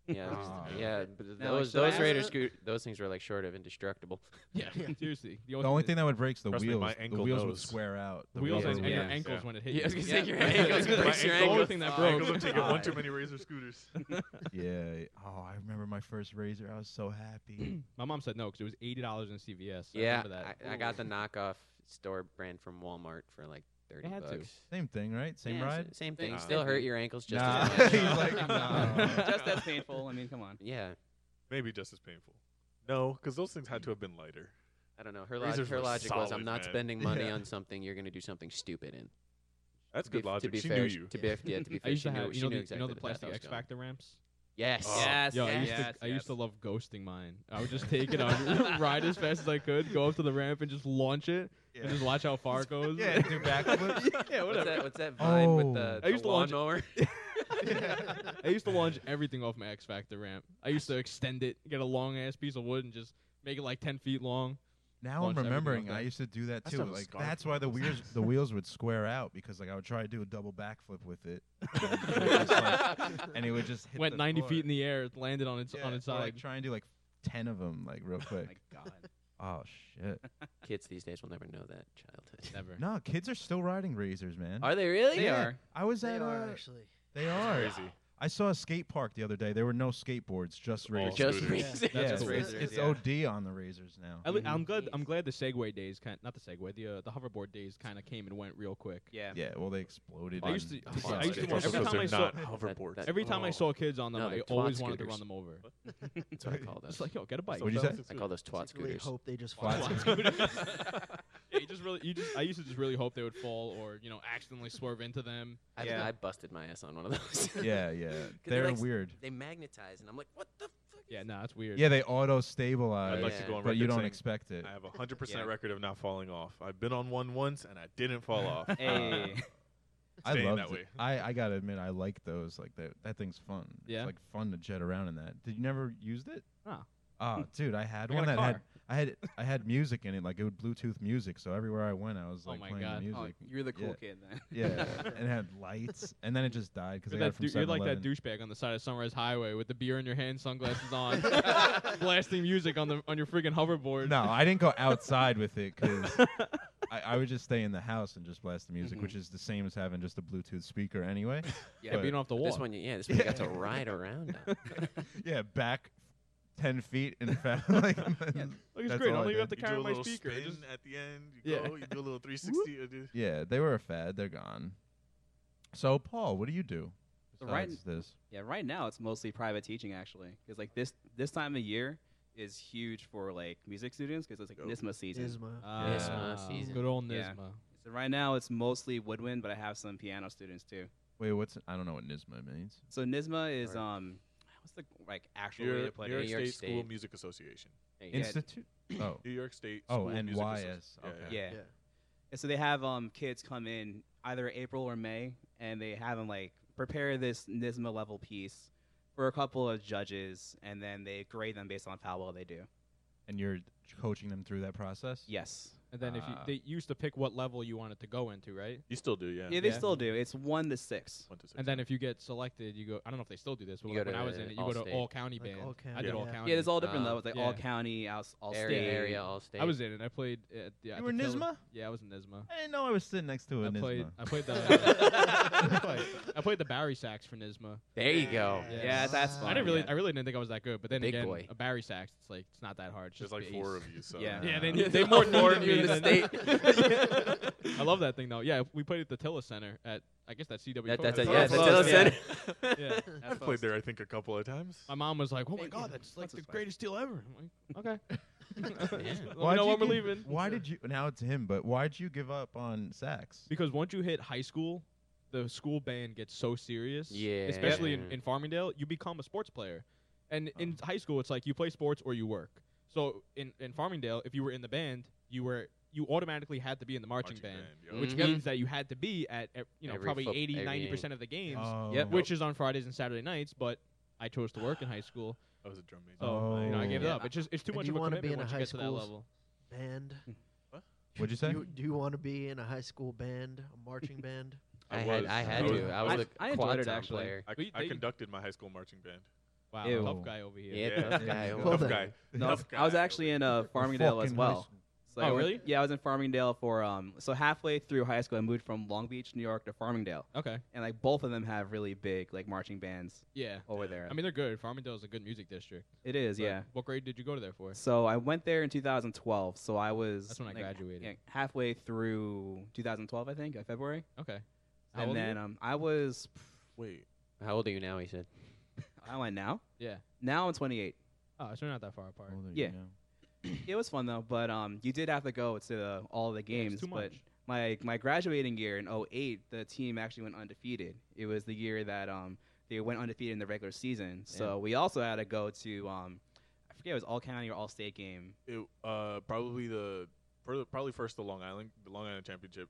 Yeah, it was-
Ah.
yeah. But th-
Now, like,
those
so
those
as
Raider
a-
scoot, those things were like short of indestructible.
Yeah, seriously.
The only thing that would break's the
Trust me,
wheels.
my
the
ankle
wheels would
knows.
square out. The
wheels
wheels
and
were
your
weird.
ankles
Yeah.
when it hit
Yeah, I was
you.
gonna say your
Yeah.
ankles
My
breaks your
ankle- the only
ankles.
thing that
Oh,
broke.
Ankles have taken one too
God.
many razor scooters.
Yeah. Oh, I remember my first razor. I was so happy.
My mom said no because it was eighty dollars in CVS. I
yeah,
remember that.
I, I got the knockoff store brand from Walmart for like thirty
had to.
bucks.
Same thing, right? Same
Yeah, s-
ride.
Same thing.
Nah.
Still hurt your ankles just
Nah.
as much.
He's like, nah.
Just as painful. I mean, come on.
Yeah,
Maybe just as painful. No, because those things had to have been lighter.
I don't know. Her, log-
Razors
her
were
logic was,
solid,
I'm not
man."
spending money
Yeah.
on something you're going to do something stupid in.
That's
To be
good
f-
logic.
To be
she
fair,
knew
sh-
you.
To be, f- yeah, to be
I
fair,
used
she
to
knew,
have
she
you know
knew
the,
exactly
you know the
the path I
plastic
was
X
going.
Factor ramps.
Yes.
Oh.
Yes,
Yo, I
yes,
used to
yes,
I used to love ghosting mine. I would just take it, I would ride as fast as I could, go up to the ramp and just launch it, and just watch how far it goes.
Yeah, do backflips.
yeah,
What's
whatever.
that, what's that vine
Oh.
with the,
I
the
used to launch-
lawnmower?
I used to launch everything off my X Factor ramp. I used to extend it, get a long ass piece of wood, and just make it like ten feet long.
Now
Launch
I'm
everything off
remembering. I
that.
used to do that
That
too.
sounds
Like
scarred
that's
for
why the
those
wheels
things.
the wheels would square out because like I would try to do a double backflip with it, and it would just hit
Went
the
ninety
floor.
feet in the air, it landed on its
yeah,
on its
or,
side.
Like try and do like ten of them like real
Oh my
quick.
God.
oh shit!
Kids these days will never know that childhood.
Never.
No, kids are still riding razors, man.
Are they really?
They
Yeah.
are.
I was
They
at.
are
uh,
actually.
they are.
Crazy.
I saw a skate park the other day. There were no skateboards, just
All
razors.
Just
scooters.
razors.
Yeah, Mm-hmm.
yeah,
just
it's,
razors.
it's
yeah.
OD on the razors now.
At lea- I'm glad. I'm
Mm-hmm. Jeez.
glad the Segway days, kind not the Segway, the uh, the hoverboard days, kind of came and went real quick.
Yeah.
Yeah, well, they exploded.
I used
on-
to- I used
on skates.
to watch-
because
every time
they're
I saw-
not
That-
hoverboards.
that-
Every time I
Oh.
saw kids on them,
No,
I
they're twat
always wanted to
scooters.
run them over.
That's what I call those.
It's like, yo, get a bike.
What'd you say?
I call those twat
really
scooters.
hope they just fall.
Twat
Twat scooters. Yeah, you just really, you just, I used to just really hope they would fall or you know accidentally swerve into them.
I,
Yeah.
I busted my ass on one of those.
Yeah, yeah.
they're
They're
like-
weird.
They magnetize, and I'm like, what the fuck?
Yeah, no, that's weird.
Yeah, they auto stabilize,
I'd like
Yeah.
to go on
but you
record
don't
saying
expect it.
I have a hundred
Yeah.
percent record of not falling off. I've been on one once and I didn't fall off.
Hey.
I
staying
love
that way.
I I gotta admit, I like those. Like that, that thing's fun.
Yeah.
it's like fun to jet around in that. Did you never used it?
Uh.
No.
Oh, dude, I had
I got
one
a
that had
car.
I had I had music in it. Like it would Bluetooth music, so everywhere I went, I was
Oh
like
my
playing
God.
the
Oh,
music.
you're the cool
Yeah.
kid then.
Yeah, and it had lights, and then it just died because I
You're,
got
that
it from
du- you're like that
7-Eleven.
douchebag on the side of Sunrise Highway with the beer in your hand, sunglasses on, blasting music on the on your freaking hoverboard.
No, I didn't go outside with it because I, I would just stay in the house and just blast the music,
Mhm.
which is the same as having just a Bluetooth speaker anyway.
Mm-hmm. yeah, being off the wall.
This one, you- yeah, this one you got to ride around. on.
yeah, back ten feet in fact. Like,
Look, it's
that's
great.
all
I
I
don't even
did.
have to
You do a
carry my
little
speaker.
spin
It just-
at the end. You
Yeah.
go. You do a little 360. uh, do-
yeah, they were a fad. They're gone. So, Paul, what do you do
So right-
besides this?
Yeah, right now it's mostly private teaching actually, because like this this time of year is huge for like music students because it's like
Dope.
NISMA season. Um,
Isma.
Nisma
Ah,
season.
Good old
Yeah.
Nisma.
So right now it's mostly woodwind, but I have some piano students too.
Wait, what's I don't know what NISMA means.
So NISMA is
Alright.
um, what's the like actual
New
way to
York,
play
New York
it?
New York
State School
State.
Music Association.
There you go.
Institute. Oh,
New York State.
Oh,
School Music
NYS,
Associ-
okay.
Yeah.
Yeah.
And so they have um kids come in either April or May, and they have them like prepare this NISMA level piece for a couple of judges, and then they grade them based on how well they do.
and you're coaching them through that process.
Yes.
And then if you,
Ah.
they used to pick what level you wanted to go into, right?
You still do, yeah.
Yeah, they
Yeah.
still do. It's one to six.
One to six.
And then if you get selected, you go. I don't know if they still do this, but
You
when
go
when I
to
was in it, you go to
Allstate.
all county
Like
band.
all
I
county,
did
yeah.
all county. Um,
Yeah, there's all different
Uh,
levels, like all
yeah.
county, all, all
area,
state.
area, all state.
I was in it. I played. At the,
You
at the
were
Taylor-
NISMA?
Yeah, I was in Nisma.
I didn't know I was sitting next to a
I
NISMA.
played. I played the. I played the Barry sax for Nisma.
There you go.
Yeah.
Yeah, that's
I
fun.
I didn't really.
yeah.
I really didn't think I was that good. But then
Big
again,
boy.
a Barry sax. It's like it's not that hard. It's
There's
just
like
bass.
four of you, so
Yeah.
Yeah, they
Uh,
need, they
There's
more
more
needed
of you in
me
the
than-
state.
I love that thing though. Yeah, we played at the Tilla Center at I guess that CW.
That,
Coast.
that's a,
That's
yeah,
what
that's
I
Taylor
was
Center.
yeah.
I've played there, I think, a couple of times.
My mom was like, "Oh my
Thank
god,
you.
that's like
That's
the
what's fine.
greatest deal ever." I'm like, "Okay." Let me
Why'd
know
you
when we're
give-
leaving.
Why did you? Now it's him, but why'd you give up on sax?
Because once you hit high school, the school band gets so serious.
Yeah.
Especially in, in Farmingdale, you become a sports player. And in high school, it's like you play sports or you work. So in, in Farmingdale, if you were in the band, you were you automatically had to be in the marching,
Marching
band,
band, yep.
which
Mhm.
means that you had to be at ev- you know
Every
probably
foot-
80
every
90 percent of the games,
Oh.
Yep.
which is on Fridays and Saturday nights. But I chose to work in high school,
I was a drum major.
so
Oh,
you know, I gave it
Yeah.
up. It's just it's too
And
much
you
of a
wanna be
commitment
in a
once
high
you get to that
school's-
level.
Band.
What'd you say?
Do you, do you want to be in a high school band, a marching band?
I had,
was.
I had
was-
to. I was
I- I
a
enjoyed
quad
it,
tom
actually.
player.
I,
But you-
I
they-
conducted my high school marching band.
Wow,
Ew.
tough guy over here.
Yeah,
Yeah.
tough guy.
Tough
over
Well
there.
then,
guy.
No,
Tough
I was
guy
actually
over
in uh, Farmingdale as
Fucking
well.
nice.
So
Oh,
I went-
really?
yeah, I was in Farmingdale for um. So halfway through high school, I moved from Long Beach, New York, to Farmingdale,
Okay,
and like both of them have really big like marching bands
yeah.
over there.
I mean, they're good. Farmingdale is a good music district.
it is,
but
yeah.
What grade did you go to there for?
So I went there in 2012. So I was
That's when I
like,
graduated.
yeah, halfway through 2012, I think, uh, February.
Okay. How
and
old are you?
then um, I was
Wait.
How old are you now? He said.
I went now.
Yeah.
Now I'm 28.
Oh, so you're not that far apart.
How old are you
Yeah.
now?
it was fun though, but um, you did have to go to the, all the
it's
games.
too
but
much.
my my graduating year in 08, the team actually went undefeated. It was the year that um they went undefeated in the regular season. So we also had to go to um I forget it was all county or all state game.
It, uh, probably the pro- probably first the Long Island the Long Island Championship,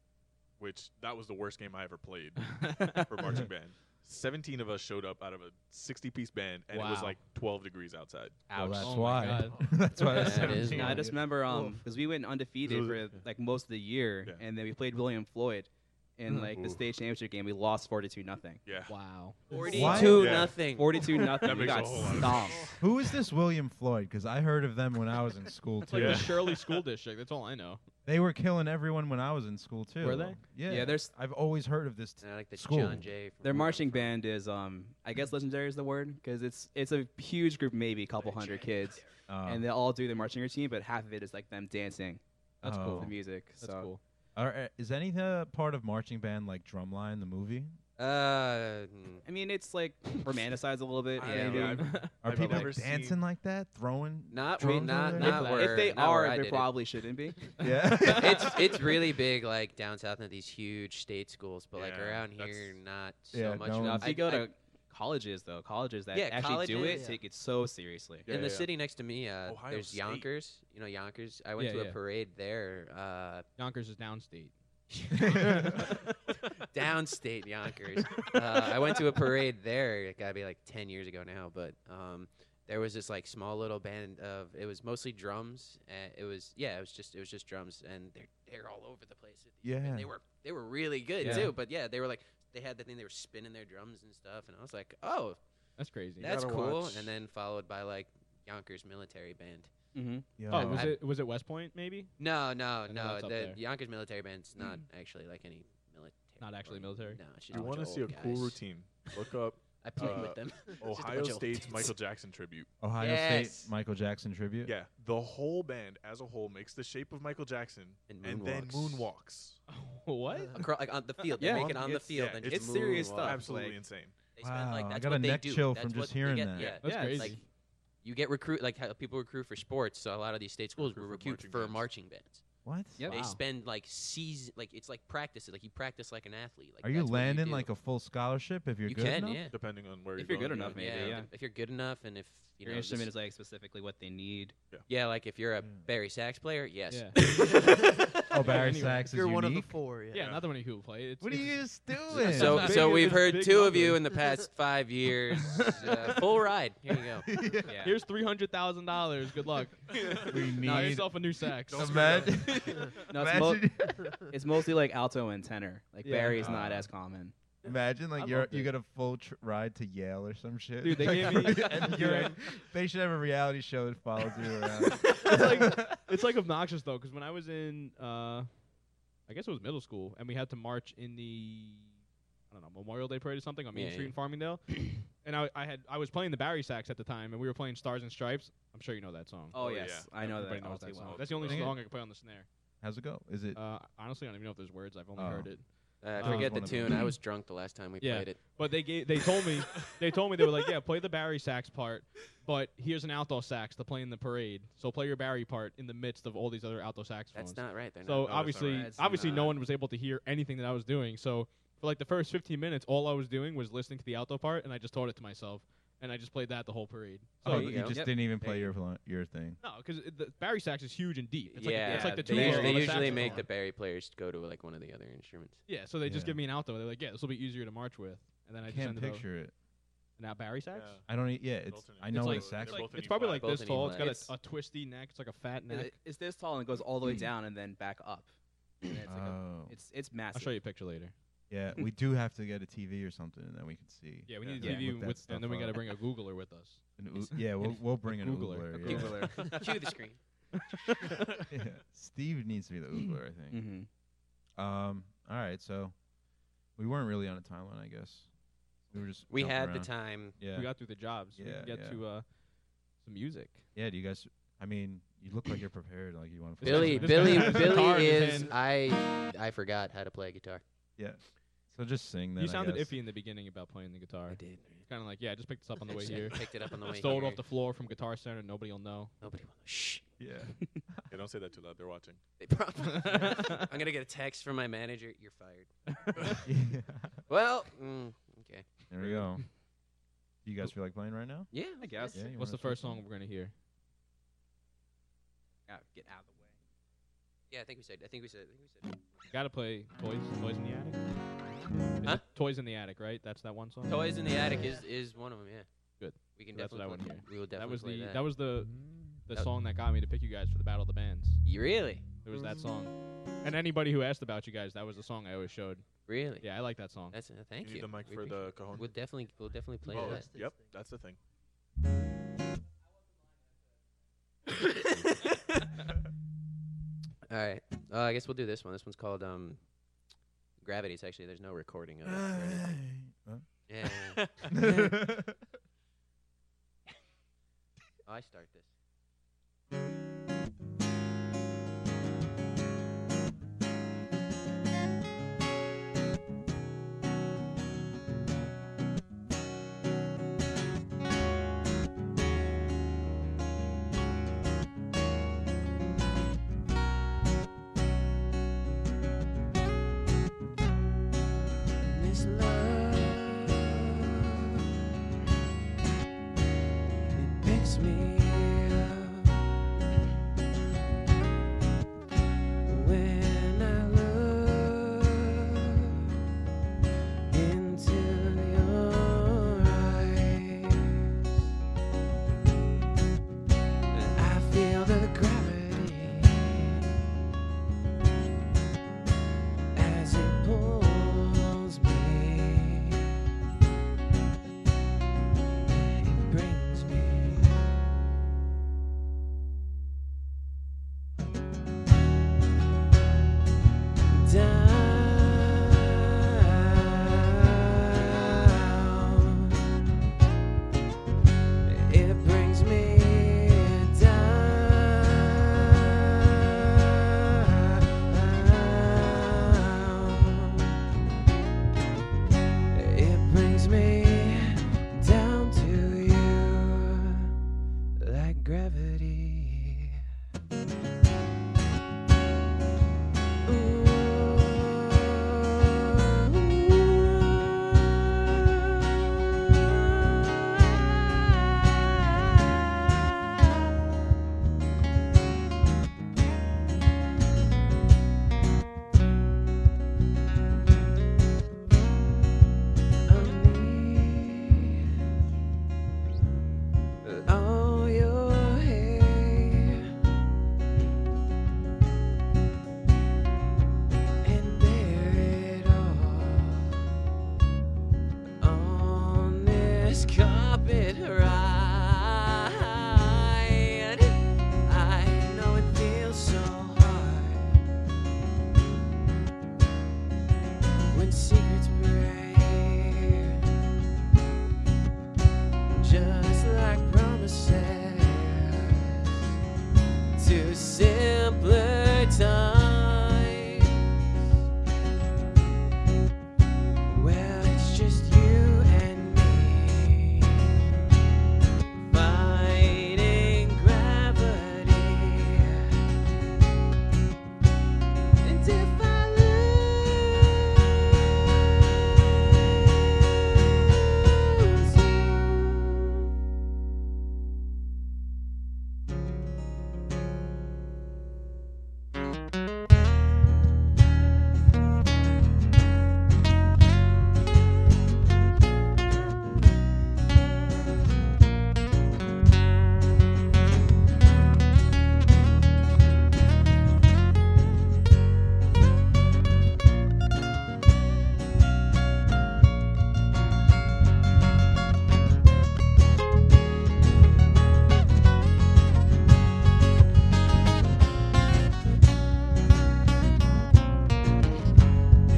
which that was the worst game I ever played for marching band. Seventeen of us showed up out of a sixty-piece band, and it was
Wow.
like twelve degrees outside.
Well,
Ouch.
that's
Oh my
why. that's why. I was
That is
17.
And I
nice.
just remember um because we went undefeated
Those-
for like most of the year,
Yeah.
and then we played William Floyd in like the
Oof.
state championship game. We lost 42 nothing.
Yeah.
wow.
Forty-two
Yeah.
nothing.
42 nothing. We
makes a
got
whole lot of
stomped.
Who is this William Floyd? Because I heard of them when I was in school
It's like
too.
the Shirley School District. That's all I know.
They were killing everyone when I was in school too.
Were they?
Yeah.
Yeah, there's-
I've always heard of this. t-
And I like the
school.
John Jay. from
Their
where I'm
marching
from.
band is um I guess legendary is the word because it's it's a huge group maybe a couple hundred kids
Uh,
and they all do their marching routine but half of it is like them dancing
That's
to
cool.
the music
That's
so
cool.
are, is any uh, part of marching band like Drumline the movie?
Uh,
Hmm.
mm,
I mean it's like romanticized a little bit
I don't
maybe.
know,
I've-
Are
I've
people
never
dancing
seen-
like that? Throwing?
not we,
Drums
not
over there?
not
if,
where,
they
not where
are
I
they
did it.
probably shouldn't be.
Yeah.
it's it's really big like down south in these huge state schools, but like
Yeah,
around
that's-
here not so
Yeah,
much.
no
And
one's-
Now,
Um,
if
I-
you go
I-
to colleges though, colleges that
Yeah,
actually do it
colleges-
take it so seriously.
Yeah,
in
yeah,
the
yeah.
city next to me, uh,
Ohio
there's
State.
Yonkers. You know Yonkers. I went
Yeah,
to a
yeah.
parade there. Uh,
Yonkers is downstate.
downstate Yonkers. Uh, I went to a parade there. It gotta be like ten years ago now, but um, there was this like small little band of. It was mostly drums. And it was yeah. It was just it was just drums, and they're they're all over the place. at these-
Yeah.
and they were they were really good
Yeah.
too. But yeah, they were like they had the thing. They were spinning their drums and stuff, and I was like, oh,
That's crazy.
that's
gotta
cool.
watch-
And then followed by like Yonkers military band.
Mm-hmm.
Yo.
oh, was it was it West Point maybe?
No, no,
don't know
no.
what's up
The
there. Mm.
Yonkers military band's not actually like any military.
Not actually
band.
military?
No, it's just
If you
want to
see a cool routine, look up
I played
uh,
with them. It's just a
Ohio
bunch of old
State's
dudes.
Michael Jackson tribute.
Ohio
Yes.
State Michael Jackson tribute?
Yeah, the whole band as a whole makes the shape of Michael Jackson
And
and, then
moonwalks.
moonwalks.
what?
Acro- like on the field. They
Yeah.
make it on the
It's-
field.
yeah,
and
it's
just
serious
moonwalk.
stuff.
Absolutely
like-
insane.
They spend, like,
Wow, I
that's
got
what
a
they
neck
do.
chill
That's
from
what
just
they
hearing
get-
that.
Yeah,
That's
Yeah,
crazy.
it's
like you get recruit like how people recruit for sports. So a lot of these state schools
Recruit for
will recruit
marching
for
bands.
marching bands.
What?
Yep.
They
Wow.
spend like season, like it's like practice. Like you practice like an athlete. Like
Are you
that's what
landing
do.
like a full scholarship if you're
You
good
can,
enough?
yeah.
Depending on where
If
you're,
you're good
going,
enough, maybe, yeah.
If you're good enough and if you
Your
know
instrument
this-
is like specifically what they need.
Yeah, like if you're a
Yeah.
Barry Sax player, yes.
Mm. Yeah.
Oh, Barry
Anyway.
Sachs is
You're
unique.
one of the four. Yeah.
Yeah, not the one who play. It's,
What are
it's-
you guys doing?
So,
It's
so
big-
we've
it's
heard
big
two of you
numbers.
in the past five years. Uh, full ride. Here you go.
yeah.
Yeah.
Here's three hundred thousand dollars. Good luck.
We
Now
need-
yourself a new sax.
Don't Imagine-
No, it's, mo-
imagine-
it's mostly like alto and tenor. Like
Yeah.
Barry's
Uh.
not as common.
Imagine
I
like you're
loved
you
it.
get a full tr- ride to Yale or some shit.
Dude, they
Like,
gave me-
and you're
Yeah.
in- they should have a reality show that follows you around.
It's like- it's like obnoxious though, because when I was in, uh, I guess it was middle school, and we had to march in the, I don't know, Memorial Day parade or something on Main
Yeah,
Street in Farmingdale, and I, I had I was playing the Barry sax at the time, and we were playing Stars and Stripes. I'm sure you know that song.
Oh,
Oh,
yes,
yeah.
I know
Everybody
that all
knows
too
that song.
well.
That's the only
Dang it.
song I could play on the snare.
How's it go? Is it?
Uh, honestly, I don't even know if there's words. I've only
Oh.
heard it.
Uh,
was
forget the
one of
tune.
them.
I was drunk the last time we
Oh. Yeah.
played it.
But they gave, they told me they told me they were like, yeah, play the Barry sax part, but here's an alto sax to play in the parade. So play your Barry part in the midst of all these other alto saxophones.
That's not right. They're
not- no,
so
that's not
obviously,
right. That's
obviously, no
not-
one was able to hear anything that I was doing. So for like the first 15 minutes, all I was doing was listening to the alto part, and I just taught it to myself, and I just played that the whole parade. So
oh,
there you
you,
go.
just
Yep.
didn't even play
There
your fl- your thing.
no, because the Barry sax is huge and deep. It's
yeah,
like, it's like the
they,
two on
usu- they
the
usually
saxophone.
make the Barry players go to like one of the other instruments.
yeah. So they just
Yeah.
give me an alto. They're like, yeah, this will be easier to march with. And then I,
I
just
can't
ended up-
picture it.
Now Barry sax.
Yeah.
I don't. e- Yeah, it's.
alternate.
I
It's
know what
like-
a sax.
It's,
They're
like-
both an
it's probably
E
like
flat.
this
Both an E
tall. It's
flat.
got
It's-
a, a twisty neck. It's like a fat
Is
neck.
it- It's this tall and goes all the
Mm.
way down and then back up. And it's, like a,
oh,
it's it's
I'll
massive.
show you a picture later.
yeah. We do have to get a TV or something, and then we can see.
Yeah, we
Yeah.
need
Yeah,
a TV
look that
with,
stuff
and then we got to
up.
bring a Googler with us.
An oo- yeah, we'll we'll bring an
Googler.
oogler. yeah.
Cue the screen.
Yeah. Steve needs to be the oogler, I think.
Mm-hmm.
Um. All right. So, we weren't really on a timeline, I guess. We were just.
We
jumping
had the
around.
time.
Yeah.
We got through the jobs. we
Yeah,
can get
yeah.
to uh, some music.
yeah. Do you guys? I mean, you look like you're prepared. Like you want to.
Billy,
this
Billy,
guy- this guitar
Billy
in his
is.
hand.
I I forgot how to play guitar.
So just sing then.
you
I
sounded
guess.
iffy in the beginning about playing the guitar.
did.
Kind of like, yeah, I just picked this up on the
I
way
just
here.
Picked it up on the way
Stole it
here.
off the floor from Guitar Center. Nobody will know.
Nobody will know. Shh.
Yeah.
Yeah, don't say that too loud. They're watching.
They probably. I'm gonna get a text from my manager. You're fired. Well, mm, okay.
There we go. Do you guys feel like playing right now?
Yeah,
I guess.
Yeah, you wanna
What's the
try
first song
something?
we're gonna hear?
Ah, get out of the way.
Yeah, I think we said. I think we said. I think we said.
Gotta play Toys, Toys in the Attic. Is
Huh?
it Toys in the Attic, right? That's that one song.
Toys in the attic is is one of them. Yeah.
Good.
We can
That's what
definitely.
I wanna
play-
hear.
We will
that
definitely
was
play
the
that.
that was the the
That-
song that got me to pick you guys for the Battle of the Bands.
You really,
It was that song. And anybody who asked about you guys, that was the song I always showed.
really.
Yeah, I like that song.
That's uh, thank
you
you.
need the mic
We
for
appreciate
the
it.
cajon.
We'll definitely we'll definitely play
Oh,
that.
yep, that's the thing.
All right. Uh, I guess we'll do this one. This one's called um, Gravity. It's actually there's no recording of it. Or anything. Yeah. yeah, yeah. I start this.
in this love. It picks me up when I look into your eyes. I feel the gravity as it pulls me. It brings me. Down, it brings me down. It brings me down to you like gravity. All your hair and bear it all on this carpet ride. I know it feels so hard when secrets break, just like promises to simpler times. Well, it's just you and me fighting gravity. And if I lose you,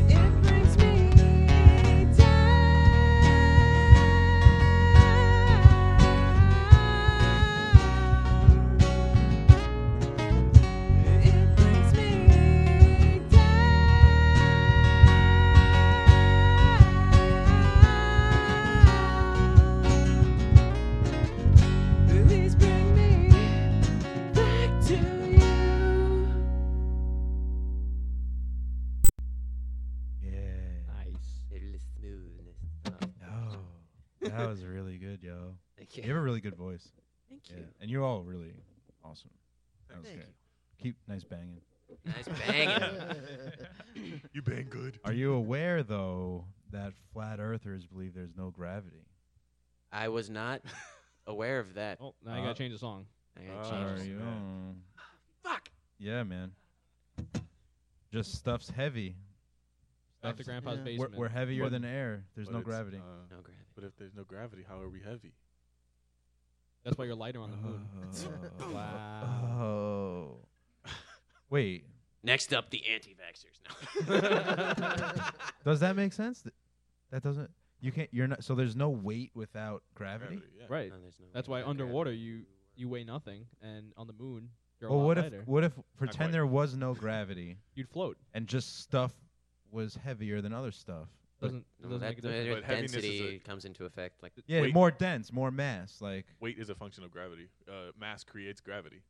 It brings me down. It brings me down. Please bring me back to you.
Yeah.
Nice.
A little smoothness.
Oh, that was really good, yo.
Thank
You
you.
have a really good voice.
Thank
Yeah.
you.
And you're all really awesome. That was
Thank
good. Keep nice banging.
Nice banging.
You bang good.
Are you aware though that flat earthers believe there's no gravity?
I was not aware of that.
Oh, now I gotta
Uh,
change the song. Uh.
I gotta
Oh,
change this.
Sorry,
yeah.
oh.
Fuck.
Yeah, man. Just stuff's heavy.
Back to grandpa's
yeah.
We're,
basement.
we're heavier
What-
than air. There's
But
no
it's,
gravity.
uh,
No gravity.
but if there's no gravity, how are we heavy?
That's why you're lighter on the moon.
Oh.
Wow.
Oh. Wait.
Next up, the anti-vaxxers. No.
Does that make sense? Th- That doesn't. You can't. You're not. So there's no weight without gravity.
Gravity, yeah.
Right.
No, there's no way
That's why
about that.
underwater you you weigh nothing, and on the moon you're a
Well,
lot
what
lighter.
if what if
quite.
pretend there was no gravity
You'd float.
and just stuff was heavier than other stuff? Like-
Doesn't
No,
doesn't
that-
make a
the
difference.
But heaviness is
density
a-
comes into effect. Like
yeah,
Weight-
more dense, more mass. Like
Weight is a function of gravity. Uh, mass creates gravity.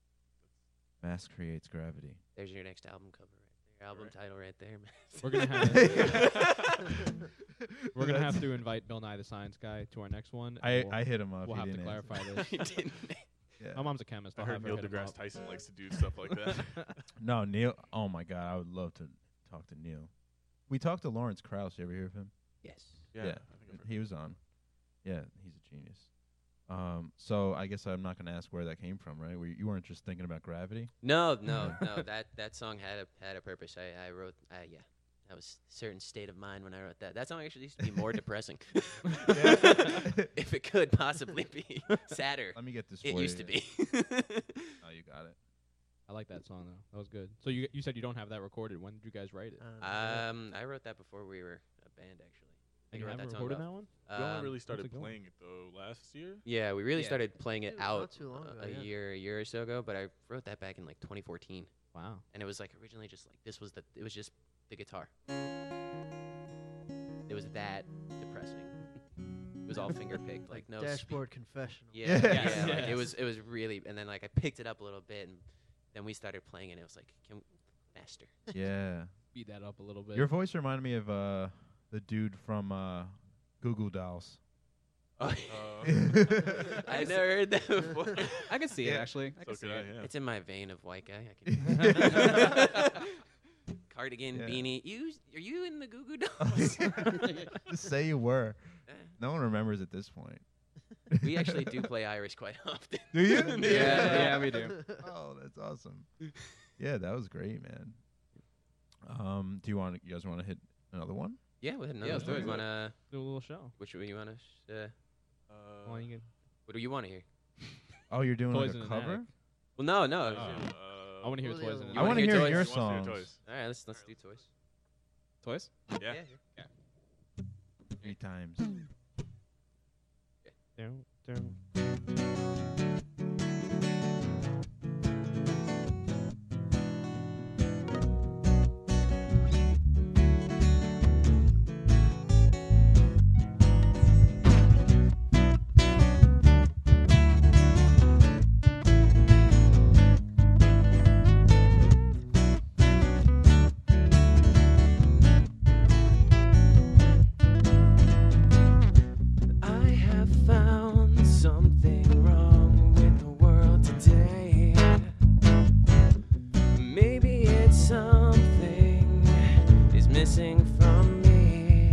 mass creates gravity.
there's your next album cover, right there. Album
Right.
title, right there. man.
We're gonna have- We're gonna have to invite Bill Nye the Science Guy to our next one. and
I,
we'll,
I hit him up.
we'll
he
have to
didn't answer.
clarify
I
this.
didn't.
Yeah.
My mom's a chemist.
I
I'll
heard
have her
Neil
hit him
deGrasse
up.
Tyson likes to do stuff like that.
No, Neil. Oh my God, I would love to talk to Neil. We talked to Lawrence Krauss. You ever heard of him?
Yes.
Yeah,
Yeah.
I think I've heard
He was on. Yeah, he's a genius. Um, so I guess I'm not gonna ask where that came from, right? Were you, you weren't just thinking about gravity?
No, no, no. That that song had a had a purpose. I I wrote. I, yeah, that was a certain state of mind when I wrote that. That song actually used to be more depressing, if it could possibly be sadder.
Let me get this.
It
for
used
you.
to be.
Oh, you got it.
I like that song though. That was good. So you you said you don't have that recorded. When did you guys write it?
Uh,
um, I wrote that before we were a band, actually. I
And
think
you
I wrote
haven't
that song
recorded
about-
that one?
We only
Um,
really started
it going?
playing it though last year.
Yeah, we really
Yeah.
started playing it
It was not
out
too long
a-
ago,
a
yeah.
year, a year or so ago. But I wrote that back in like 2014,
Wow.
and it was like originally just like this was the it was just the guitar. It was that depressing. It was all finger picked, like no. sp-
dashboard confessional.
yeah,
Yes.
yeah. Like, it
Yes.
was it was really, and then like I picked it up a little bit, and then we started playing, and it was like, can we, master.
Yeah.
Beat that up a little bit.
Your voice reminded me of uh, the dude from uh, Google Dolls.
Oh.
Uh,
I never heard that before.
I can see
Yeah.
it actually. I
so
can see
could I,
it.
yeah.
It's in my vein of white guy. I can Cardigan,
Yeah.
beanie. You are you in the Goo Goo Dolls?
Just say you were.
Eh.
No one remembers at this point.
we actually do play Irish quite often.
Do you?
Yeah,
yeah, we do.
Oh, that's awesome. Yeah, that was great, man. Um, do you want you guys want to hit another one?
Yeah, we had another
Yeah, let's do
story.
it.
Wanna
Do a little show.
which one you wanna? sh- Uh,
Well,
Uh,
you can-
what do you wanna hear?
Oh, you're doing like
Toys in
a
an
cover?
Attic.
Well, no, no.
uh,
I want to hear
Well, the
toys
other
I
in it.
one. You wanna
want to
hear
hear
toys?
your
He
He
songs.
wants to hear toys.
All right, let's let's do toys.
toys.
Yeah.
Three times.
Down, down.
I have found something wrong with the world today.
Maybe it's something is missing from me.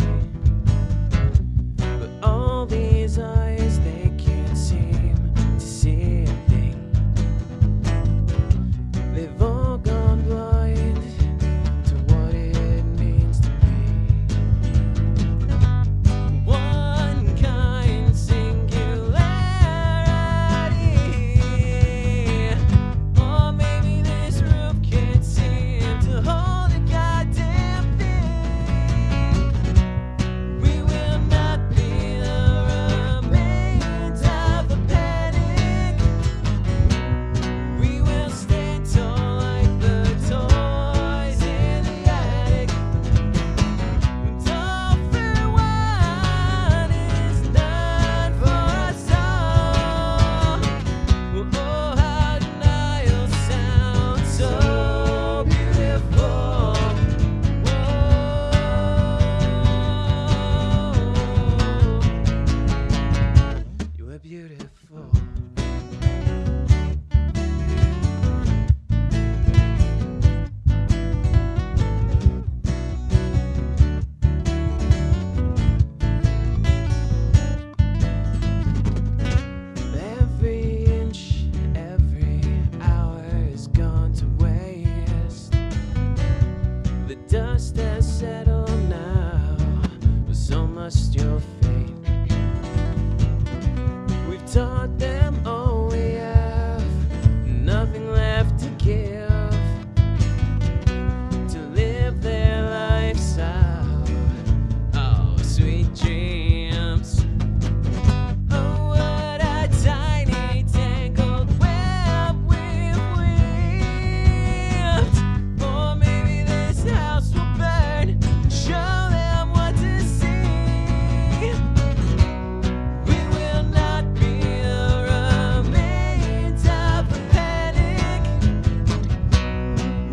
But all these eyes, they can't seem to see a thing. They've all gone blind to what it means to be. One kind singularity. Or Oh, maybe this roof can't seem to hold a goddamn thing. We will not be the remains of the panic. We will stand tall like the toys in the attic. And all for one is none for us all. Oh, how denial sounds so beautiful. Whoa. You were beautiful. Every inch, every hour is gone to waste. The dust has settled now, but so must your fate. We've taught them all we have, nothing left to give.
Oh, dreams. Oh, what a tiny tangled web we've weaved. Or maybe this house will burn. Show them what to see. We will not be remains of a panic.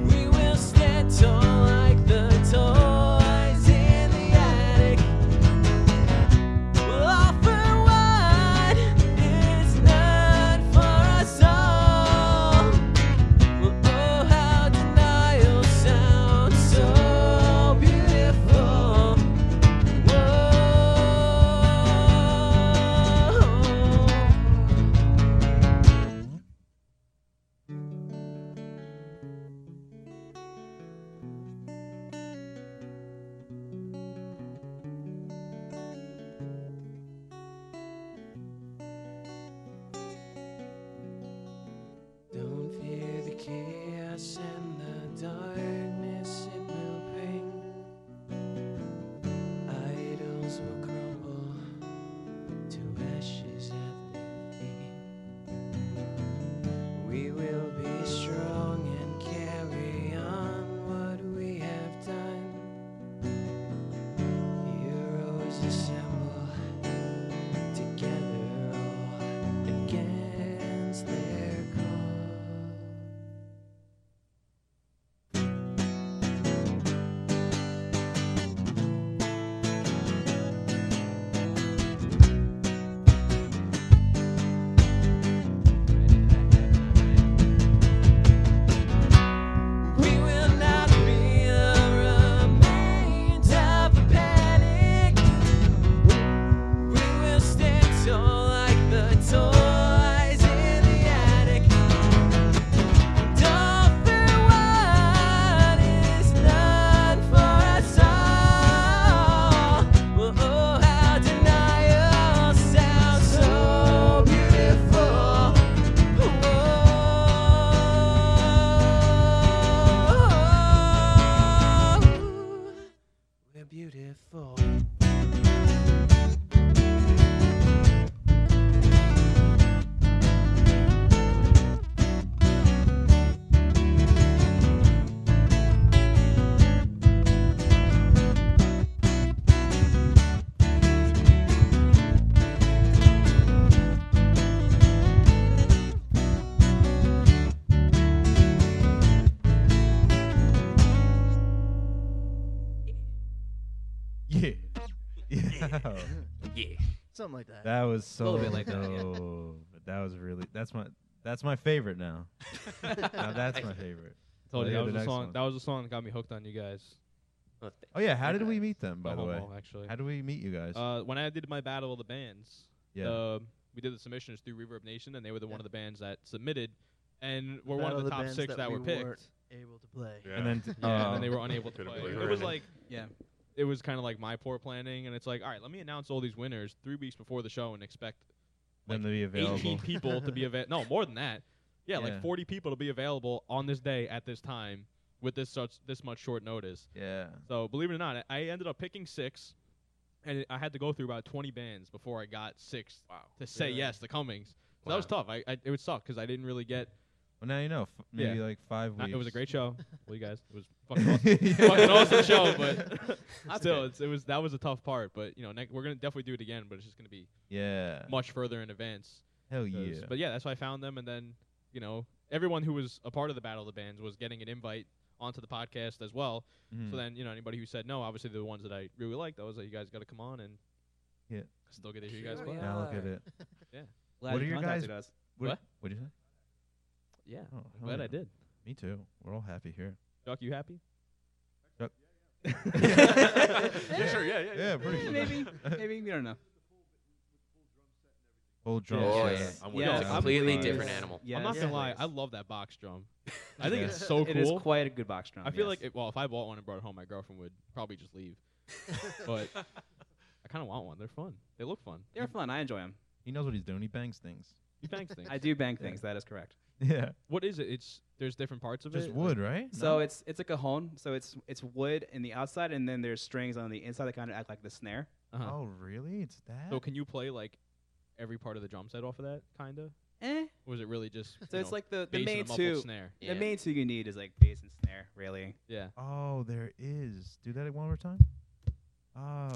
We will stand tall like the toys in the attic. All for one is not for us all. Oh, how denial sounds so beautiful. Whoa. Don't fear the chaos and the darkness it will bring. Idols will crumble to ashes at their feet. We will be strong and carry on what we have done. Heroes assemble together all against their call. We will not be the remains of a panic. We will stand tall like the toys in the attic. All for one is none for us all. Oh, how denial sounds so beautiful. Whoa. We're beautiful.
Yeah. Yeah.
Something like that.
that was so
little bit like that, yeah.
dope. That was really that's my that's my favorite now. now that's my favorite.
Told
Well,
you
yeah, the
that was the
next
song.
one.
That was the song that got me hooked on you guys.
Well, th-
Oh yeah, how
Very
did we
nice.
meet them by
No
the way?
homo, actually.
How did we meet you guys?
Uh, when I did my battle of the bands,
yeah.
uh, we did the submissions through Reverb Nation, and they were the one of the bands that submitted, and were one
Battle of
of
the
the top
bands
six
that
that
we
were picked.
weren't Able to play.
Yeah.
and then t-
Yeah, and
uh,
then they were unable to
Couldn't
play.
play
It
her
was
in.
like
Yeah.
it was kind of like my poor planning, and it's like, all right, let me announce all these winners three weeks before the show and expect
them to be
18
available.
people to be available. No, more than that. Yeah,
Yeah.
like 40 people to be available on this day at this time with this such this much short notice.
yeah.
So believe it or not, I I ended up picking six, and I had to go through about 20 bands before I got six to say
Really?
yes to Cummings. So That was tough. I, I it would suck because I didn't really get.
Well now you know, f-
Yeah.
maybe like 5
not-
weeks.
it was a great show. Well, you guys, it was fucking awesome.
fucking
fucking awesome show, but still, it's, it was that was a tough part. But you know, nec- we're gonna definitely do it again, but it's just gonna be
yeah.
much further in advance.
Hell
'cause-
yeah.
But yeah, that's why I found them, and then you know, everyone who was a part of the Battle of the Bands was getting an invite onto the podcast as well.
Mhm.
So then, you know, anybody who said no, obviously the ones that I really liked, I was like, you guys got to come on and
Yeah.
still get to hear you guys
Sure,
play.
yeah.
now look at it.
Glad
What
you
are your
contacted us.
What?
What did you say?
Yeah,
Oh, hell
glad
yeah.
I did.
Me too. We're all happy here.
Doc, you happy?
yeah, sure, yeah, yeah.
Yeah, pretty
Eh,
sure.
maybe, maybe we don't know.
Full drum
Oh,
set.
yeah.
I'm with
Yeah,
it's
I'm
a completely
surprised.
different animal.
Yeah,
I'm not
Yeah.
gonna lie, I
Nice.
love that box drum. I think
Yeah.
it's so cool.
It is quite a good box drum.
I feel
yes.
like it, well, if I bought one and brought it home, my girlfriend would probably just leave. but I kind of want one. They're fun. They look fun.
they're fun. I enjoy them.
He knows what he's doing. He bangs things.
You bangs things.
I do bang things. That is correct.
Yeah.
what is it? It's there's different parts of
Just
it.
wood, right?
So it's it's a cajon. So it's it's wood in the outside, and then there's strings on the inside that kind of act like the snare.
Uh Uh-huh.
Oh, really? It's that?
So can you play like every part of the drum set off of that, kind of?
Eh.
Or is it really just?
So
you
it's
know,
like the, the
bass
main
and a muffled
two.
snare.
Yeah.
The main two you need is like bass and snare, really.
Yeah.
Oh, there is. Do that one more time. Oh,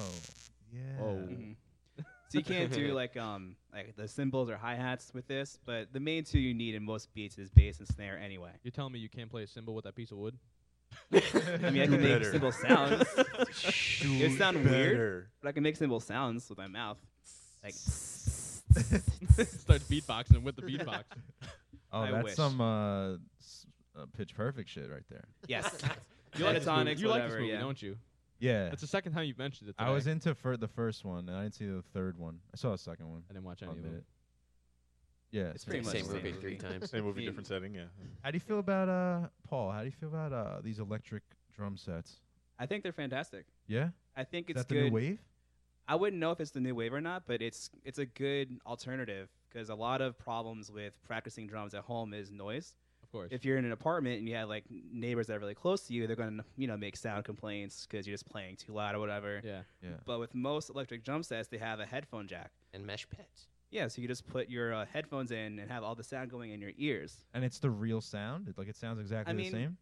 yeah.
Whoa.
Mhm.
Mm-hmm.
so you can't do like um like the cymbals or hi hats with this, but the main two you need in most beats is bass and snare anyway.
You're telling me you can't play a cymbal with that piece of wood?
I mean, I can make
better.
cymbal sounds. it sound weird,
Better.
but I can make cymbal sounds with my mouth. Like
Starts beatboxing with the beatbox.
Oh,
I
that's
wish.
some uh, s- uh, pitch perfect shit right there.
yes,
You like this movie?
Pentatonics,
You like this
whatever,
movie,
yeah.
don't you?
Yeah.
That's the second time you've mentioned it. Today.
I was into fir- the first one, and I didn't see the third one. I saw the second one.
I didn't watch
I'll
any of
admit
it.
it. Yeah.
It's
so-
the
pretty much
same
the same
movie
movie.
three times.
Same movie,
mean-
different setting. Yeah.
How do you feel about uh Paul? How do you feel about uh these electric drum sets?
I think they're fantastic.
Yeah.
I think
Is
it's
that the
good.
new wave?
I wouldn't know if it's the new wave or not, but it's it's a good alternative because a lot of problems with practicing drums at home is noise.
Of course.
If you're in an apartment and you have like neighbors that are really close to you, they're gonna you know make sound complaints because you're just playing too loud or whatever.
yeah.
Yeah.
But with most electric drum sets, they have a headphone jack.
And mesh pets.
Yeah, so you just put your uh, headphones in and have all the sound going in your ears.
And it's the real sound. It, like it sounds exactly
mean,
the same.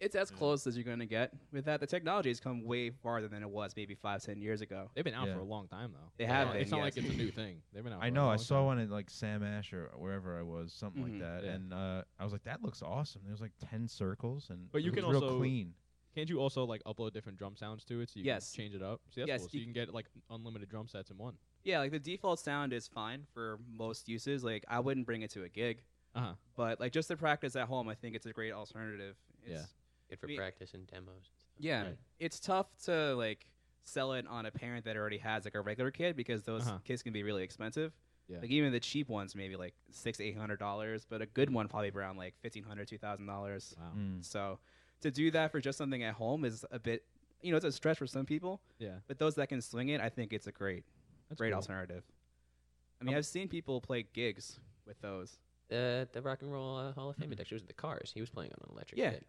It's as
Yeah.
close as you're gonna get with that. The technology has come way farther than it was maybe five, ten years ago.
They've been out
Yeah.
for a long time though.
They
It's
have
not-
been,
It's not
yes.
like it's a new thing. They've been out.
I
for
know.
A
I
long
saw
time.
one at like Sam Ash or wherever I was, something
Mhm.
like that,
Yeah.
and uh, I was like, "That looks awesome." There's like ten circles, and
But
it
you
was
can
real
also-
clean.
Can't you also like upload different drum sounds to it so you
Yes.
can change it up? See, that's
Yes,
cool. So
you
you can get like unlimited drum sets in one.
Yeah, like the default sound is fine for most uses. Like I wouldn't bring it to a gig,
Uh huh.
but like just to practice at home, I think it's a great alternative. It's,
Yeah.
Good for
We-
practice and demos.
Yeah,
Right.
it's tough to like sell it on a parent that already has like a regular kid because those
Uh-huh.
kits can be really expensive.
Yeah.
Like even the cheap ones, maybe like six, eight hundred dollars, but a good one probably around like fifteen hundred, two thousand dollars.
Wow.
Hmm.
Mm.
So to do that for just something at home is a bit, you know, it's a stretch for some people.
Yeah.
But those that can swing it, I think it's a great,
That's
great
cool.
alternative. I mean, I've seen people play gigs with those.
The the Rock and Roll uh, Hall of
Hmm.
Fame induction was the Cars. He was playing on an electric.
Yeah.
kit.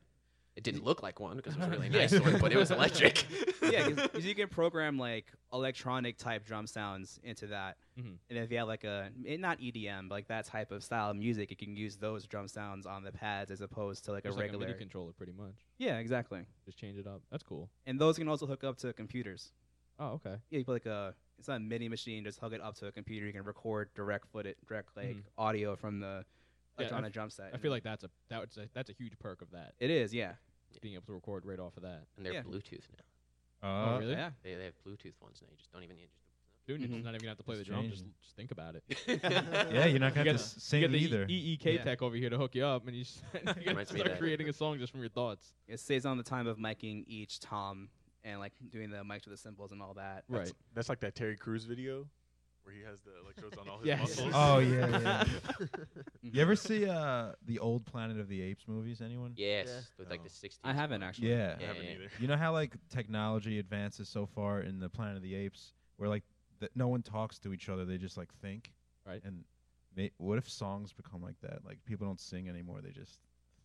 It didn't look like one because it was a really nice one, but it was electric.
yeah, because you can program like electronic type drum sounds into that,
Mhm.
and if you have like a eh, not EDM, but like that type of style of music, you can use those drum sounds on the pads as opposed to like
Just
a
like
regular.
MIDI controller, pretty much.
yeah, exactly.
Just change it up. That's cool.
And those can also hook up to computers.
Oh, okay.
Yeah, you put like a it's not a MIDI machine, just hook it up to a computer. You can record direct footage, direct like
Mhm.
audio from the
Yeah, I
electronic
f-
drum set.
I feel like that's a that's a that's a huge perk of that.
it is. Yeah.
Being able to record right off of that.
and they're
Yeah.
Bluetooth now.
Uh,
oh really?
Yeah.
They, they have Bluetooth ones now. You just don't even need.
Dude, you're
Mhm.
just not even gonna have to play
Mm-hmm. It's
the drum. Just,
changing.
just think about it.
Just...
Yeah, you're not gonna
You
have
got
to s-
You
sing
got the
either.
E- EEK tech over here to hook you up, and you, just, you gotta
Reminds me of
start
that.
creating a song just from your thoughts.
It saves on the time of miking each tom and like doing the mics with the cymbals and all that.
Right.
That's like that Terry Crews video where he has the electrodes on all his
Yes.
muscles.
Oh, yeah, yeah.
Mhm.
You ever see uh the old Planet of the Apes movies? Anyone?
yes,
Yeah.
with like
No.
the
Oh.
60s.
I haven't
one.
actually.
Yeah.
I
Yeah,
haven't
yeah.
either.
You know how like technology advances so far in the Planet of the Apes, where like that no one talks to each other; they just like think.
Right.
And ma- what if songs become like that? Like people don't sing anymore; they just.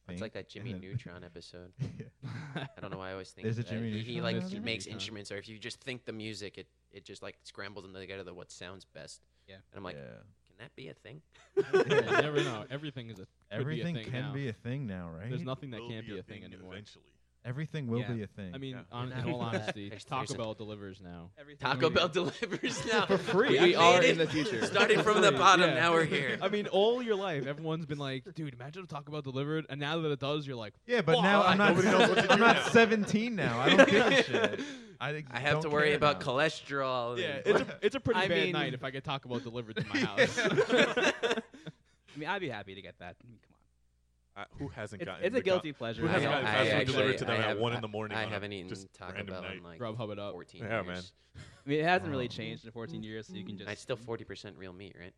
Think.
It's like that Jimmy
and then-
Neutron episode.
yeah.
I don't know why I always think
There's
of
a
that.
Jimmy
He- He
Neutron
like
down
he
there?
makes
Neutron.
instruments, or if you just think the music, it it just like scrambles and together to what sounds best.
Yeah.
And I'm like,
yeah.
can that be a thing?
Yeah, you never know. Everything is a could
Everything
be a thing
can
now.
be a thing now, right?
There's nothing that
Will
can't be, a thing, anymore.
Eventually.
Everything will
Yeah.
be a thing.
I mean,
Yeah.
on,
Now
in all
that-
honesty,
there's-
Taco
there's a-
Bell delivers now.
Everything
Taco
we-
Bell delivers now
For free.
We,
I made
are
it.
in the
future.
Starting
For
from the
free,
bottom,
yeah.
now we're here.
I mean, all your life, everyone's been like, "Dude, imagine if Taco Bell delivered," and now that it does, you're like,
yeah, but now
Why?
I'm not.
Nobody knows what to
I'm
do
not
now.
17 now. I don't give a shit. I, ex-
I have
don't
to worry
care
about
now.
cholesterol. and-
"Yeah, it's a, it's a pretty
I
bad
mean-
night if I get Taco Bell delivered to my house."
I mean, I'd be happy to get that. I mean, come on.
Uh, who hasn't
It's,
gotten?
it's a
the co-
guilty pleasure.
Who hasn't
I
gotten
don't-
fast
I
food
actually-
delivered to them
I
at
have-
one in the
I-
morning?
I
on a
haven't eaten
just
Taco
random
Bell
night.
in like
Grubhub it up.
14
Yeah, man.
years. Um,
I mean, it hasn't really
Wow.
changed in 14 years, so you can just.
It's still 40% real meat, right?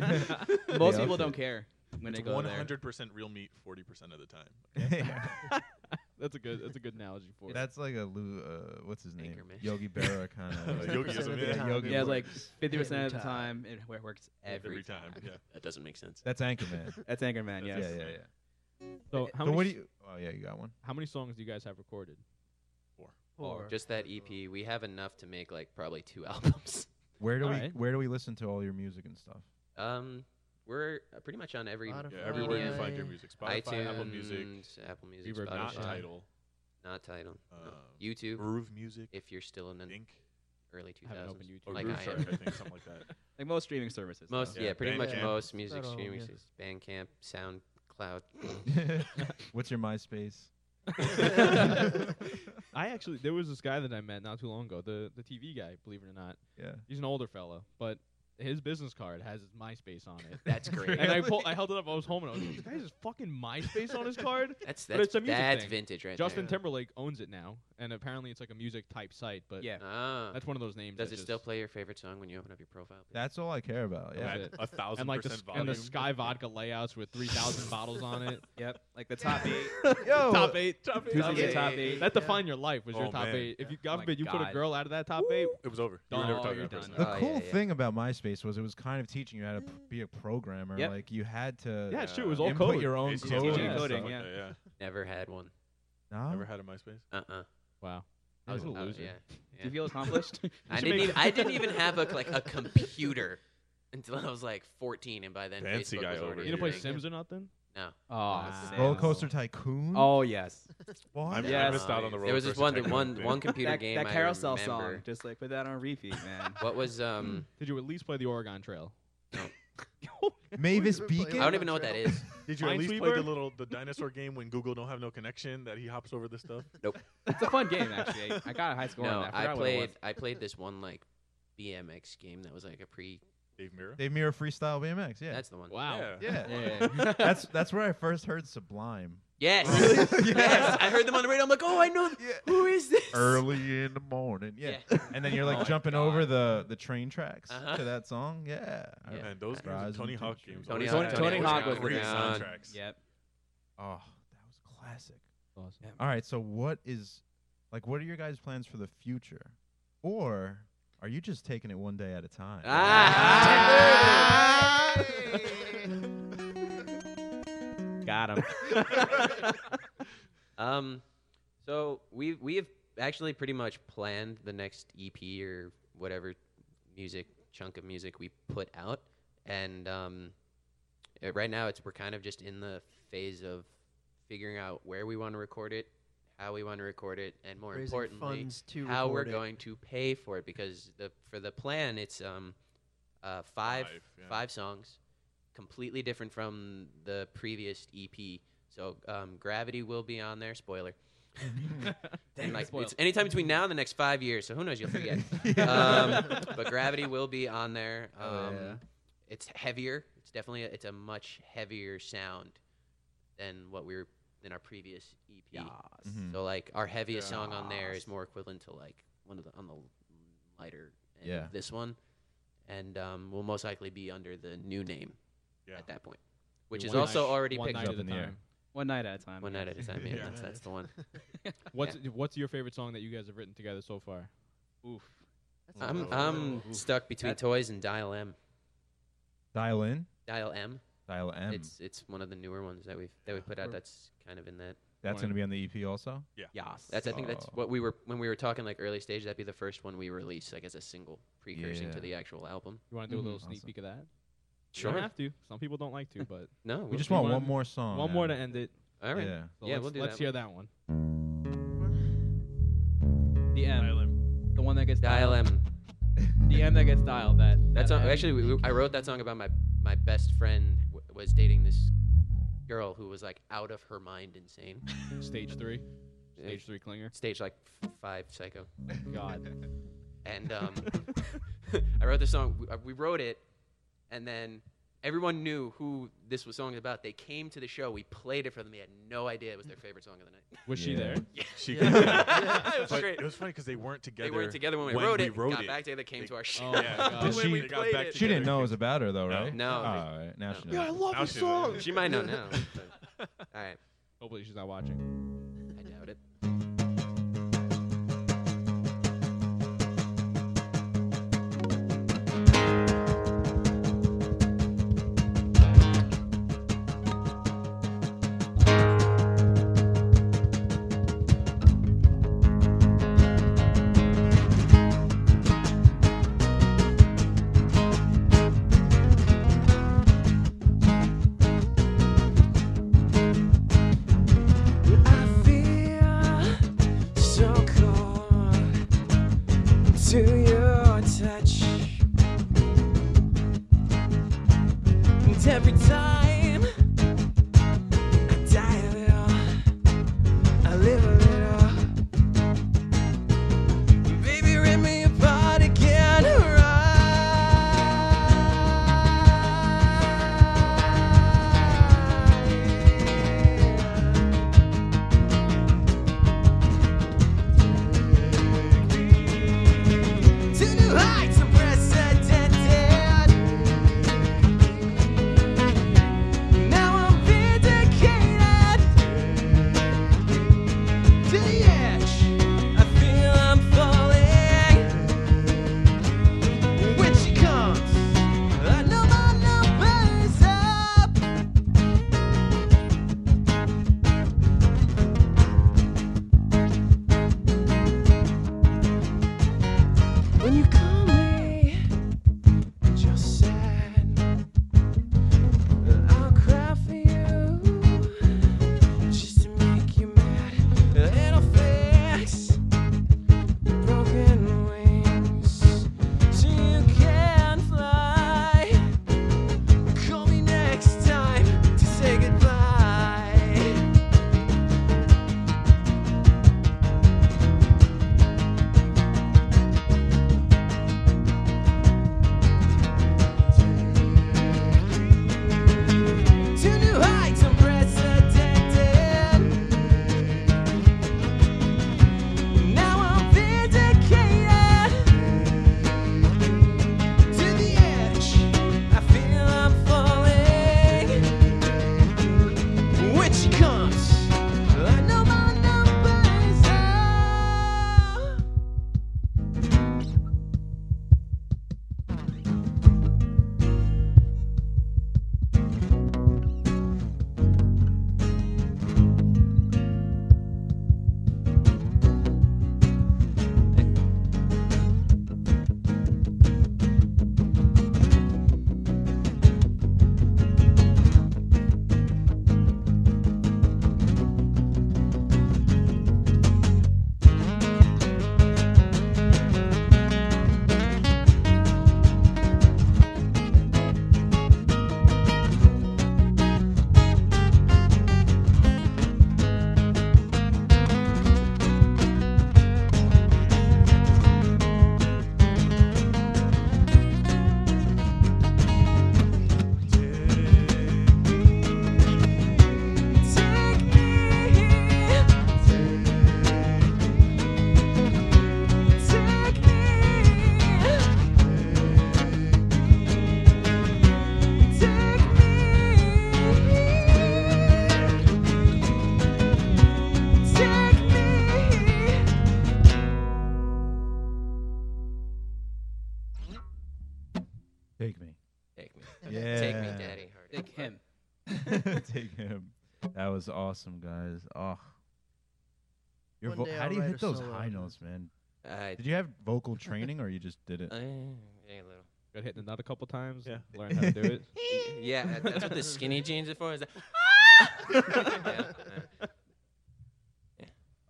Most
Yeah,
people
okay.
don't care when they
It's
go
one
there.
hundred percent real meat, forty percent of the time.
Yeah.
that's a good that's a good analogy for it.
That's like a Lou. Uh, what's his name?
Anchorman.
Yogi Berra kind of.
Yogi is a man.
Yogi
Yeah, like
works
50 percent of the
every time.
time, it wo- works every,
Every time. Yeah.
That doesn't make sense.
That's Anchorman.
That's Anchorman.
yeah,
Yes.
yeah,
That's
yeah.
Anchorman.
So
so
how many
what do
s-
you? Oh yeah, you got one.
how many songs do you guys have recorded?
Four.
Or
Just that EP. We have enough to make like probably two albums.
Where do we
Alright.
where do we listen to all your music and stuff?
Um, we're uh, pretty much on every
Spotify.
Yeah, everywhere you
Medium,
find your music. Spotify,
iTunes,
Apple Music,
Apple Music,
Reverb,
not
Spotify,
title,
not title, no.
uh,
YouTube.
Groove Music,
If you're still in the
Inc.
early
I haven't opened
2000s,
YouTube.
Or
like
Groove
I
Shark,
am.
I think, something like that.
Like most streaming services. though.
Most,
Yeah,
yeah, pretty much
Bandcamp.
most
About
music
all,
streaming
yeah.
services. Bandcamp, SoundCloud.
What's your MySpace?
I actually there was this guy that I met not too long ago, the the TV guy, believe it or not.
Yeah.
He's an older fella, but his business card has his MySpace on it.
That's great.
And I pull, I held it up. I was home and I was like, "This guy has his fucking MySpace on his card."
That's
But
that's
it's a music
that's
thing.
vintage right
Justin
there.
Timberlake owns it now, and apparently it's like a music type site. But
Yeah.
Ah.
that's one of those names.
Does
that
it still
just-
play your favorite song when you open up your profile? page?
That's all I care about. Yeah.
That's
At
it.
a thousand
And like the
percent
sk- and
volume.
the Sky Vodka layouts with three thousand bottles on it.
Yep. Like the top eight.
Yo,
top eight.
Top
Who's
Top
in your
eight.
top eight?
That defined your life was your
Oh,
top
man.
eight. If you
Oh
God
my
forbid you put a
God.
girl out of that top eight,
It was over. You were
Oh,
never talking
you're
to that person.
done.
The
Oh, yeah,
cool
yeah.
thing about MySpace was it was kind of teaching you how to p- be a programmer.
Yep.
Like you had to
yeah, shoot, it was all
input
code.
your own
HTML
code.
and
coding,
stuff
coding,
like
yeah.
that, yeah.
Never had one.
No?
Ever had a MySpace?
Uh uh
Wow,
I was
a
I-
loser.
Oh, yeah.
Do you feel accomplished?
I
should
didn't.
make-
Even, I didn't even have a like a computer until I was like 14, and by then
Fancy
Facebook
guy
was
over
already
You
here.
didn't play
a thing.
Sims or nothing.
No.
oh,
Sims.
Roller Coaster Tycoon.
Oh yes.
What?
I, I
Yes.
missed out on the roller
There was this
coaster
one, the
tycoon,
one,
man.
one computer
that,
game
that
I
carousel
remember.
song. Just like put that on repeat, man.
What was
Hmm.
um?
Did you at least play the Oregon Trail?
Mavis
We've been playing
I
Beacon.
all
don't even know what that
Trail.
is.
Did you at least play the
Minesweeper?
little the dinosaur game when Google don't have no connection that he hops over this stuff?
it's a fun game actually. I, I got a high score on
No,
that.
I
forgot what it was.
played. I played this one like BMX game that was like a pre.
Dave Mirra.
Dave Mirror Freestyle BMX. Yeah.
That's the one.
Wow.
yeah.
Yeah.
that's that's where I first heard Sublime.
Yes.
Really? Yeah.
Yes. I heard them on the radio. I'm like, oh, I know. Who is this?
Early in the morning. Yeah. And then you're like
Oh my
jumping
God.
over the the train tracks
Uh-huh.
to that song. Yeah. I-
Yeah.
Man, those games,
Rise
and Tony
and
Hawk
Teacher.
games.
Tony
always
Hawk-
had
Tony Hawk was
great
the man.
soundtracks.
Yep.
Oh, that was classic.
Awesome.
All right, so what is like what are your guys' plans for the future? Or are you just taking it one day at a time?
Ah.
Got him.
Um, so we we have actually pretty much planned the next EP or whatever music chunk of music we put out, and um, uh, right now it's we're kind of just in the phase of figuring out where we want to record it, how we want to record it, and more
Raising
importantly,
funds to
how we're
record it.
going to pay for it. Because the for the plan, it's um, uh,
Five,
five
yeah.
five songs, completely different from the previous EP. So um, Gravity will be on there. Spoiler. and like
Spoil.
it's anytime between now and the next five years. So who knows? You'll forget.
Yeah.
um, but Gravity will be on there. Um,
Hell yeah.
It's heavier. It's definitely a, it's a much heavier sound than what we were in our previous EP.
Mhm.
So like our heaviest song on there is more equivalent to like one of the on the lighter end
Yeah.
of this one, and um, will most likely be under the new name
Yeah.
at that point, which
Wait,
is
one
also
night-
already
one
picked
night
up
at a
in the air.
time.
One night at a time.
one night at a time. Yeah,
Yeah.
That's, that's the one.
What's what's your favorite song that you guys have written together so far?
Oof.
I'm I'm stuck between toys and Dial M.
Dial in,
Dial M.
dial M.
It's it's one of the newer ones that we've that we put out. That's kind of in that.
That's gonna be on the EP also.
Yas.
That's I think that's
Oh.
what we were when we were talking like early stage. That'd be the first one we release like as a single, precursing
Yeah.
to the actual album.
You want to do
Mhm.
a little
Mm-hmm.
sneak
Awesome.
peek of that? You
Sure.
don't have to. Some people don't like to, but
No,
We
we'll-
just
we
want
wanna-
one more song.
one more to
man.
end it.
all right.
Yeah.
So
Yeah,
let's,
we'll do
let's
that
hear that one.
The M. The one that gets
Dial
dialed.
M.
The M that gets dialed. That.
That
that
song
M.
actually, we, we- I wrote that song about my my best friend w- was dating this girl who was like out of her mind, insane,
Stage three.
Yeah.
Stage three clinger.
stage like f- five psycho.
God.
and um, I wrote this song. We, uh, we wrote it, and then everyone knew who this was song was about. They came to the show. We played it for them. They had no idea it was their favorite song of the night.
Was she
Yeah.
there?
She
Yeah.
it was
But
great.
it was funny because they weren't together.
they weren't together when we wrote it. got back together. Came
They-
to our show.
Oh
Yeah.
my God.
Did
When
she-
we
They got
played
back
it.
She didn't know it was about her though,
No.
right?
No.
All right, now she knows.
love this song.
She might know now. but- all right,
Hopefully she's not watching.
I doubt it.
Thank
Take me.
Take me.
Yeah.
Take me, Daddy.
Take him.
Take him. That was awesome, guys. Oh. Your
One
vo-
day
how
I'll
do you
write
hit
a
those
solo
high
album.
notes, man?
I,
Did you have vocal training or you just did it?
I, Mm, yeah, a little.
Got hit in the nut a couple times.
Yeah.
Learn how to do it.
Yeah, that- that's what the skinny jeans are for. Is that yeah,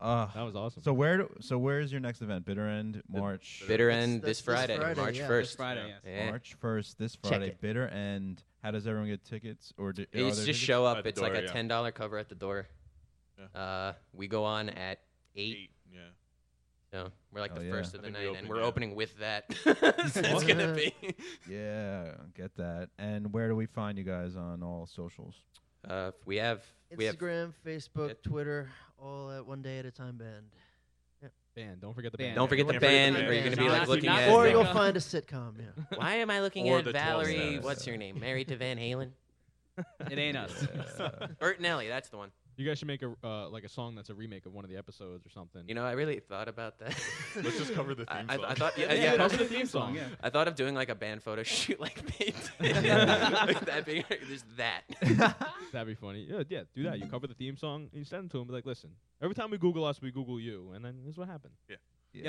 uh,
Uh,
That was awesome.
so where do, so where is your next event? Bitter End, March.
bitter
That's-
end
that's
this
this
Friday,
Friday,
March
yeah, this
first.
Friday,
yeah.
yes.
March first, this Friday.
it.
Bitter End. How does everyone get tickets? Or do, are there
It's
tickets?
just show
oh, At
up.
the
It's like
door,
a
yeah.
ten dollar cover at the door.
Yeah.
Uh, we go on at eight.
Eight, Yeah.
So we're like
Hell
the
yeah.
first of
I
the
think we
night,
open,
and we're
yeah.
opening with that. so it's gonna be.
Yeah, get that. And where do we find you guys on all socials?
Uh, we have we have
Instagram, Facebook,
Yep.
Twitter, all at one day at a time band.
Band. Don't forget the
Band.
band.
Don't forget the
Can't forget
band,
the
or you're
band.
gonna be like
Not-
looking
not-
at.
Yeah,
or
yeah.
you'll find a sitcom. Yeah.
Why am I looking
Or
at
the 12
Valerie?
Steps.
What's her name? Married to Van Halen?
It ain't us.
Yeah.
Bert Nelly, that's the one.
You guys should make a uh, like a song that's a remake of one of the episodes or something.
You know, I really thought about that.
Let's just cover the
I-
theme
I,
song.
I thought, yeah,
Yeah,
yeah,
cover
I,
the theme song.
yeah.
thought of doing like a band photo shoot, like they did. Like that being just that.
That'd be funny. Yeah, yeah, do that. You cover the theme song and you send it to him. Be like, listen, every time we Google us, we Google you, and then this is what happened. We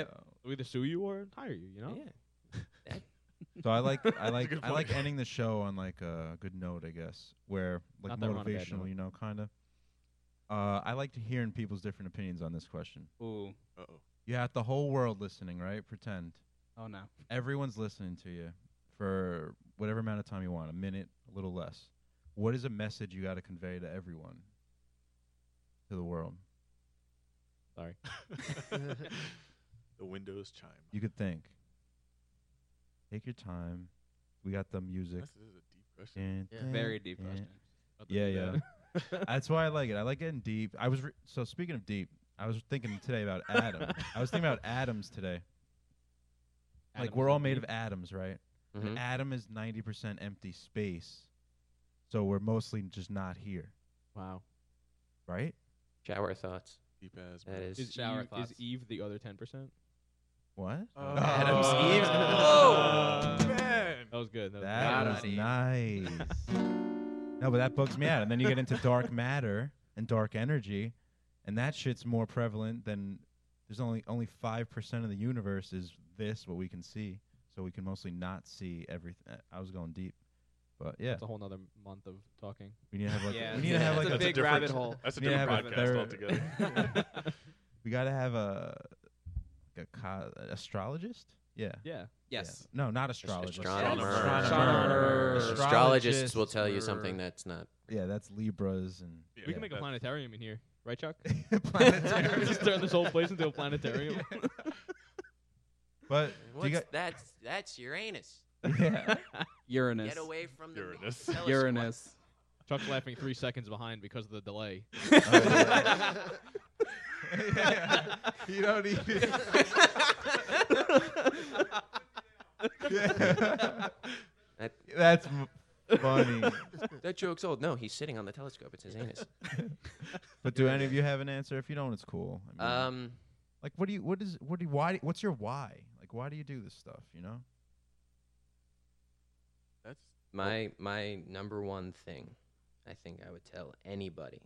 either sue you or hire you. You know.
Yeah.
So I like I like
good
I like ending the show on like a good note, I guess, where like
Not that we're on a bad
motivational,
note.
you know, kind of. Uh, I like to hearing people's different opinions on this question.
Ooh.
Uh-oh.
You have the whole world listening, right? Pretend
Oh no.
everyone's listening to you for whatever amount of time you want, a minute, a little less. What is a message you got to convey to everyone, to the world?
Sorry.
The windows chime.
You could think. Take your time. We got the music.
This is a deep question.
Dun,
Yeah.
dun,
Very deep
dun.
question.
Yeah, yeah.
yeah.
That's why I like it. I like getting deep. I was re- so speaking of deep. I was thinking today about Adam. I was thinking about atoms today. like we're all made of atoms, right? An
Mhm.
atom is ninety percent empty space, so we're mostly just not here,
Wow.
right?
Shower thoughts.
Deep as.
That is.
Is
Shower
Eve,
thoughts.
is Eve the other ten percent?
What?
Adam's ears.
Oh,
Whoa.
man.
That was good. That was
That
Got
was
it.
nice. no, but that bugs me out. And then you get into dark matter and dark energy, and that shit's more prevalent than there's only only five percent of the universe is this what we can see. So we can mostly not see everything. I was going deep, but yeah,
That's a whole nother month of talking.
we need to have like
Yeah,
we need to have
that's
like
a
a,
big
different-
rabbit hole.
That's a
We need to
different
have a
podcast
third-
altogether.
we gotta have a like a co- astrologist. Yeah.
Yeah.
Yes.
Yeah. No, not astrologist.
Astronomer.
Astronomer.
Astrologists will tell you something that's not.
Yeah, that's Libras and
Yeah,
We can make a
that-
planetarium in here, right, Chuck?
planetary.
Just turn this whole place into a planetarium.
But do
What's
you got,
that's that's Uranus.
yeah.
Uranus.
Get away from the
Uranus.
telescope.
Uranus.
Chuck's laughing three seconds behind because of the delay.
you don't need it.
That-
That's m- funny.
That joke's old. No, he's sitting on the telescope. It's his anus.
But do any of you have an answer? If you don't, it's cool. I mean,
Um,
like, what do you? What is? What do you? Why? What's your why? Like, why do you do this stuff? You know?
That's
my my number one thing, I think I would tell anybody,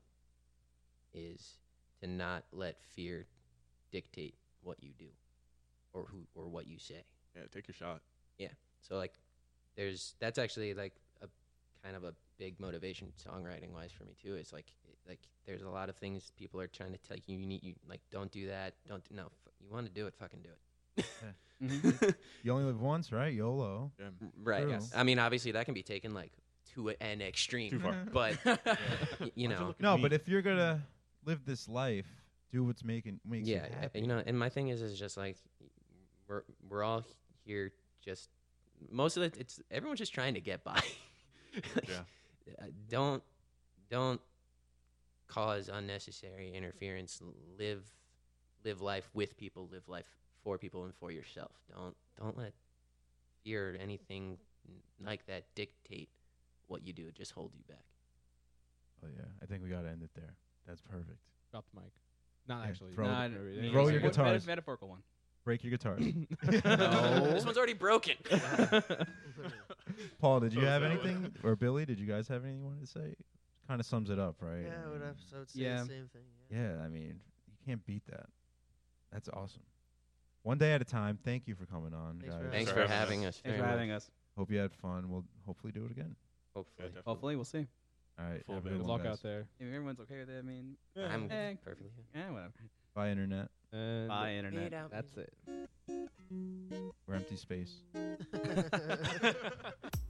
is to not let fear dictate what you do, or who or what you say.
yeah. Take your shot.
So like, there's that's actually like a kind of a big motivation songwriting wise for me too. It's like it- like there's a lot of things people are trying to tell you you need you like don't do that don't do, no f- you want to do it fucking do it.
Mm-hmm.
You only live once, right? YOLO.
Yeah.
right.
Mm,
Uh,
True.
I mean obviously that can be taken like to an extreme,
Too far.
but y- you know
No, but if you're gonna live this life, do what's making makes
yeah
you
uh,
happy.
you know and my thing is is just like we're we're all here just most of it it's everyone's just trying to get by Like,
Yeah.
uh, don't don't cause unnecessary interference live live life with people live life for people and for yourself don't don't let fear or anything like that dictate what you do just hold you back
Oh yeah, I think we gotta end it there. That's perfect.
Drop the mic. Not
Yeah,
actually.
throw
Not
it.
really.
Throw
Yeah,
your
it's
guitar.
Meta-
guitars.
metaphorical one.
Break your guitars.
like-
this one's already broken
Paul, did you
Oh,
have
that one.
anything? Or Billy, did you guys have anything you wanted to say? Kind of sums it up, right?
Yeah, I would have, so I would say
Yeah.
the same thing. Yeah.
Yeah, I mean, you can't beat that. That's awesome. One day at a time. Thank you for coming on,
Thanks for
guys.
Thanks
Sorry
for
about that.
having us.
Thanks
very
for
much.
having us.
Hope you had fun. We'll hopefully do it again.
Yeah,
Hopefully,
definitely.
Hopefully, we'll see.
All right.
Full
have a
band.
Good
one,
luck
guys.
out there.
If everyone's okay with it, I mean,
I'm
eh,
perfectly.
eh, whatever.
Bye, internet.
And
Bye, internet.
out
that's it.
We're empty space.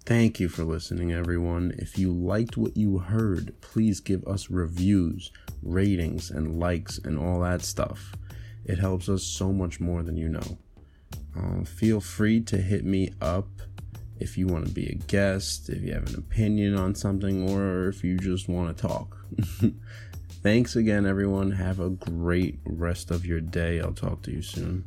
Thank you for listening, everyone. If you liked what you heard, please give us reviews, ratings, and likes, and all that stuff. It helps us so much more than you know. Uh, feel free to hit me up if you want to be a guest, if you have an opinion on something, or if you just want to talk. Thanks again, everyone. Have a great rest of your day. I'll talk to you soon.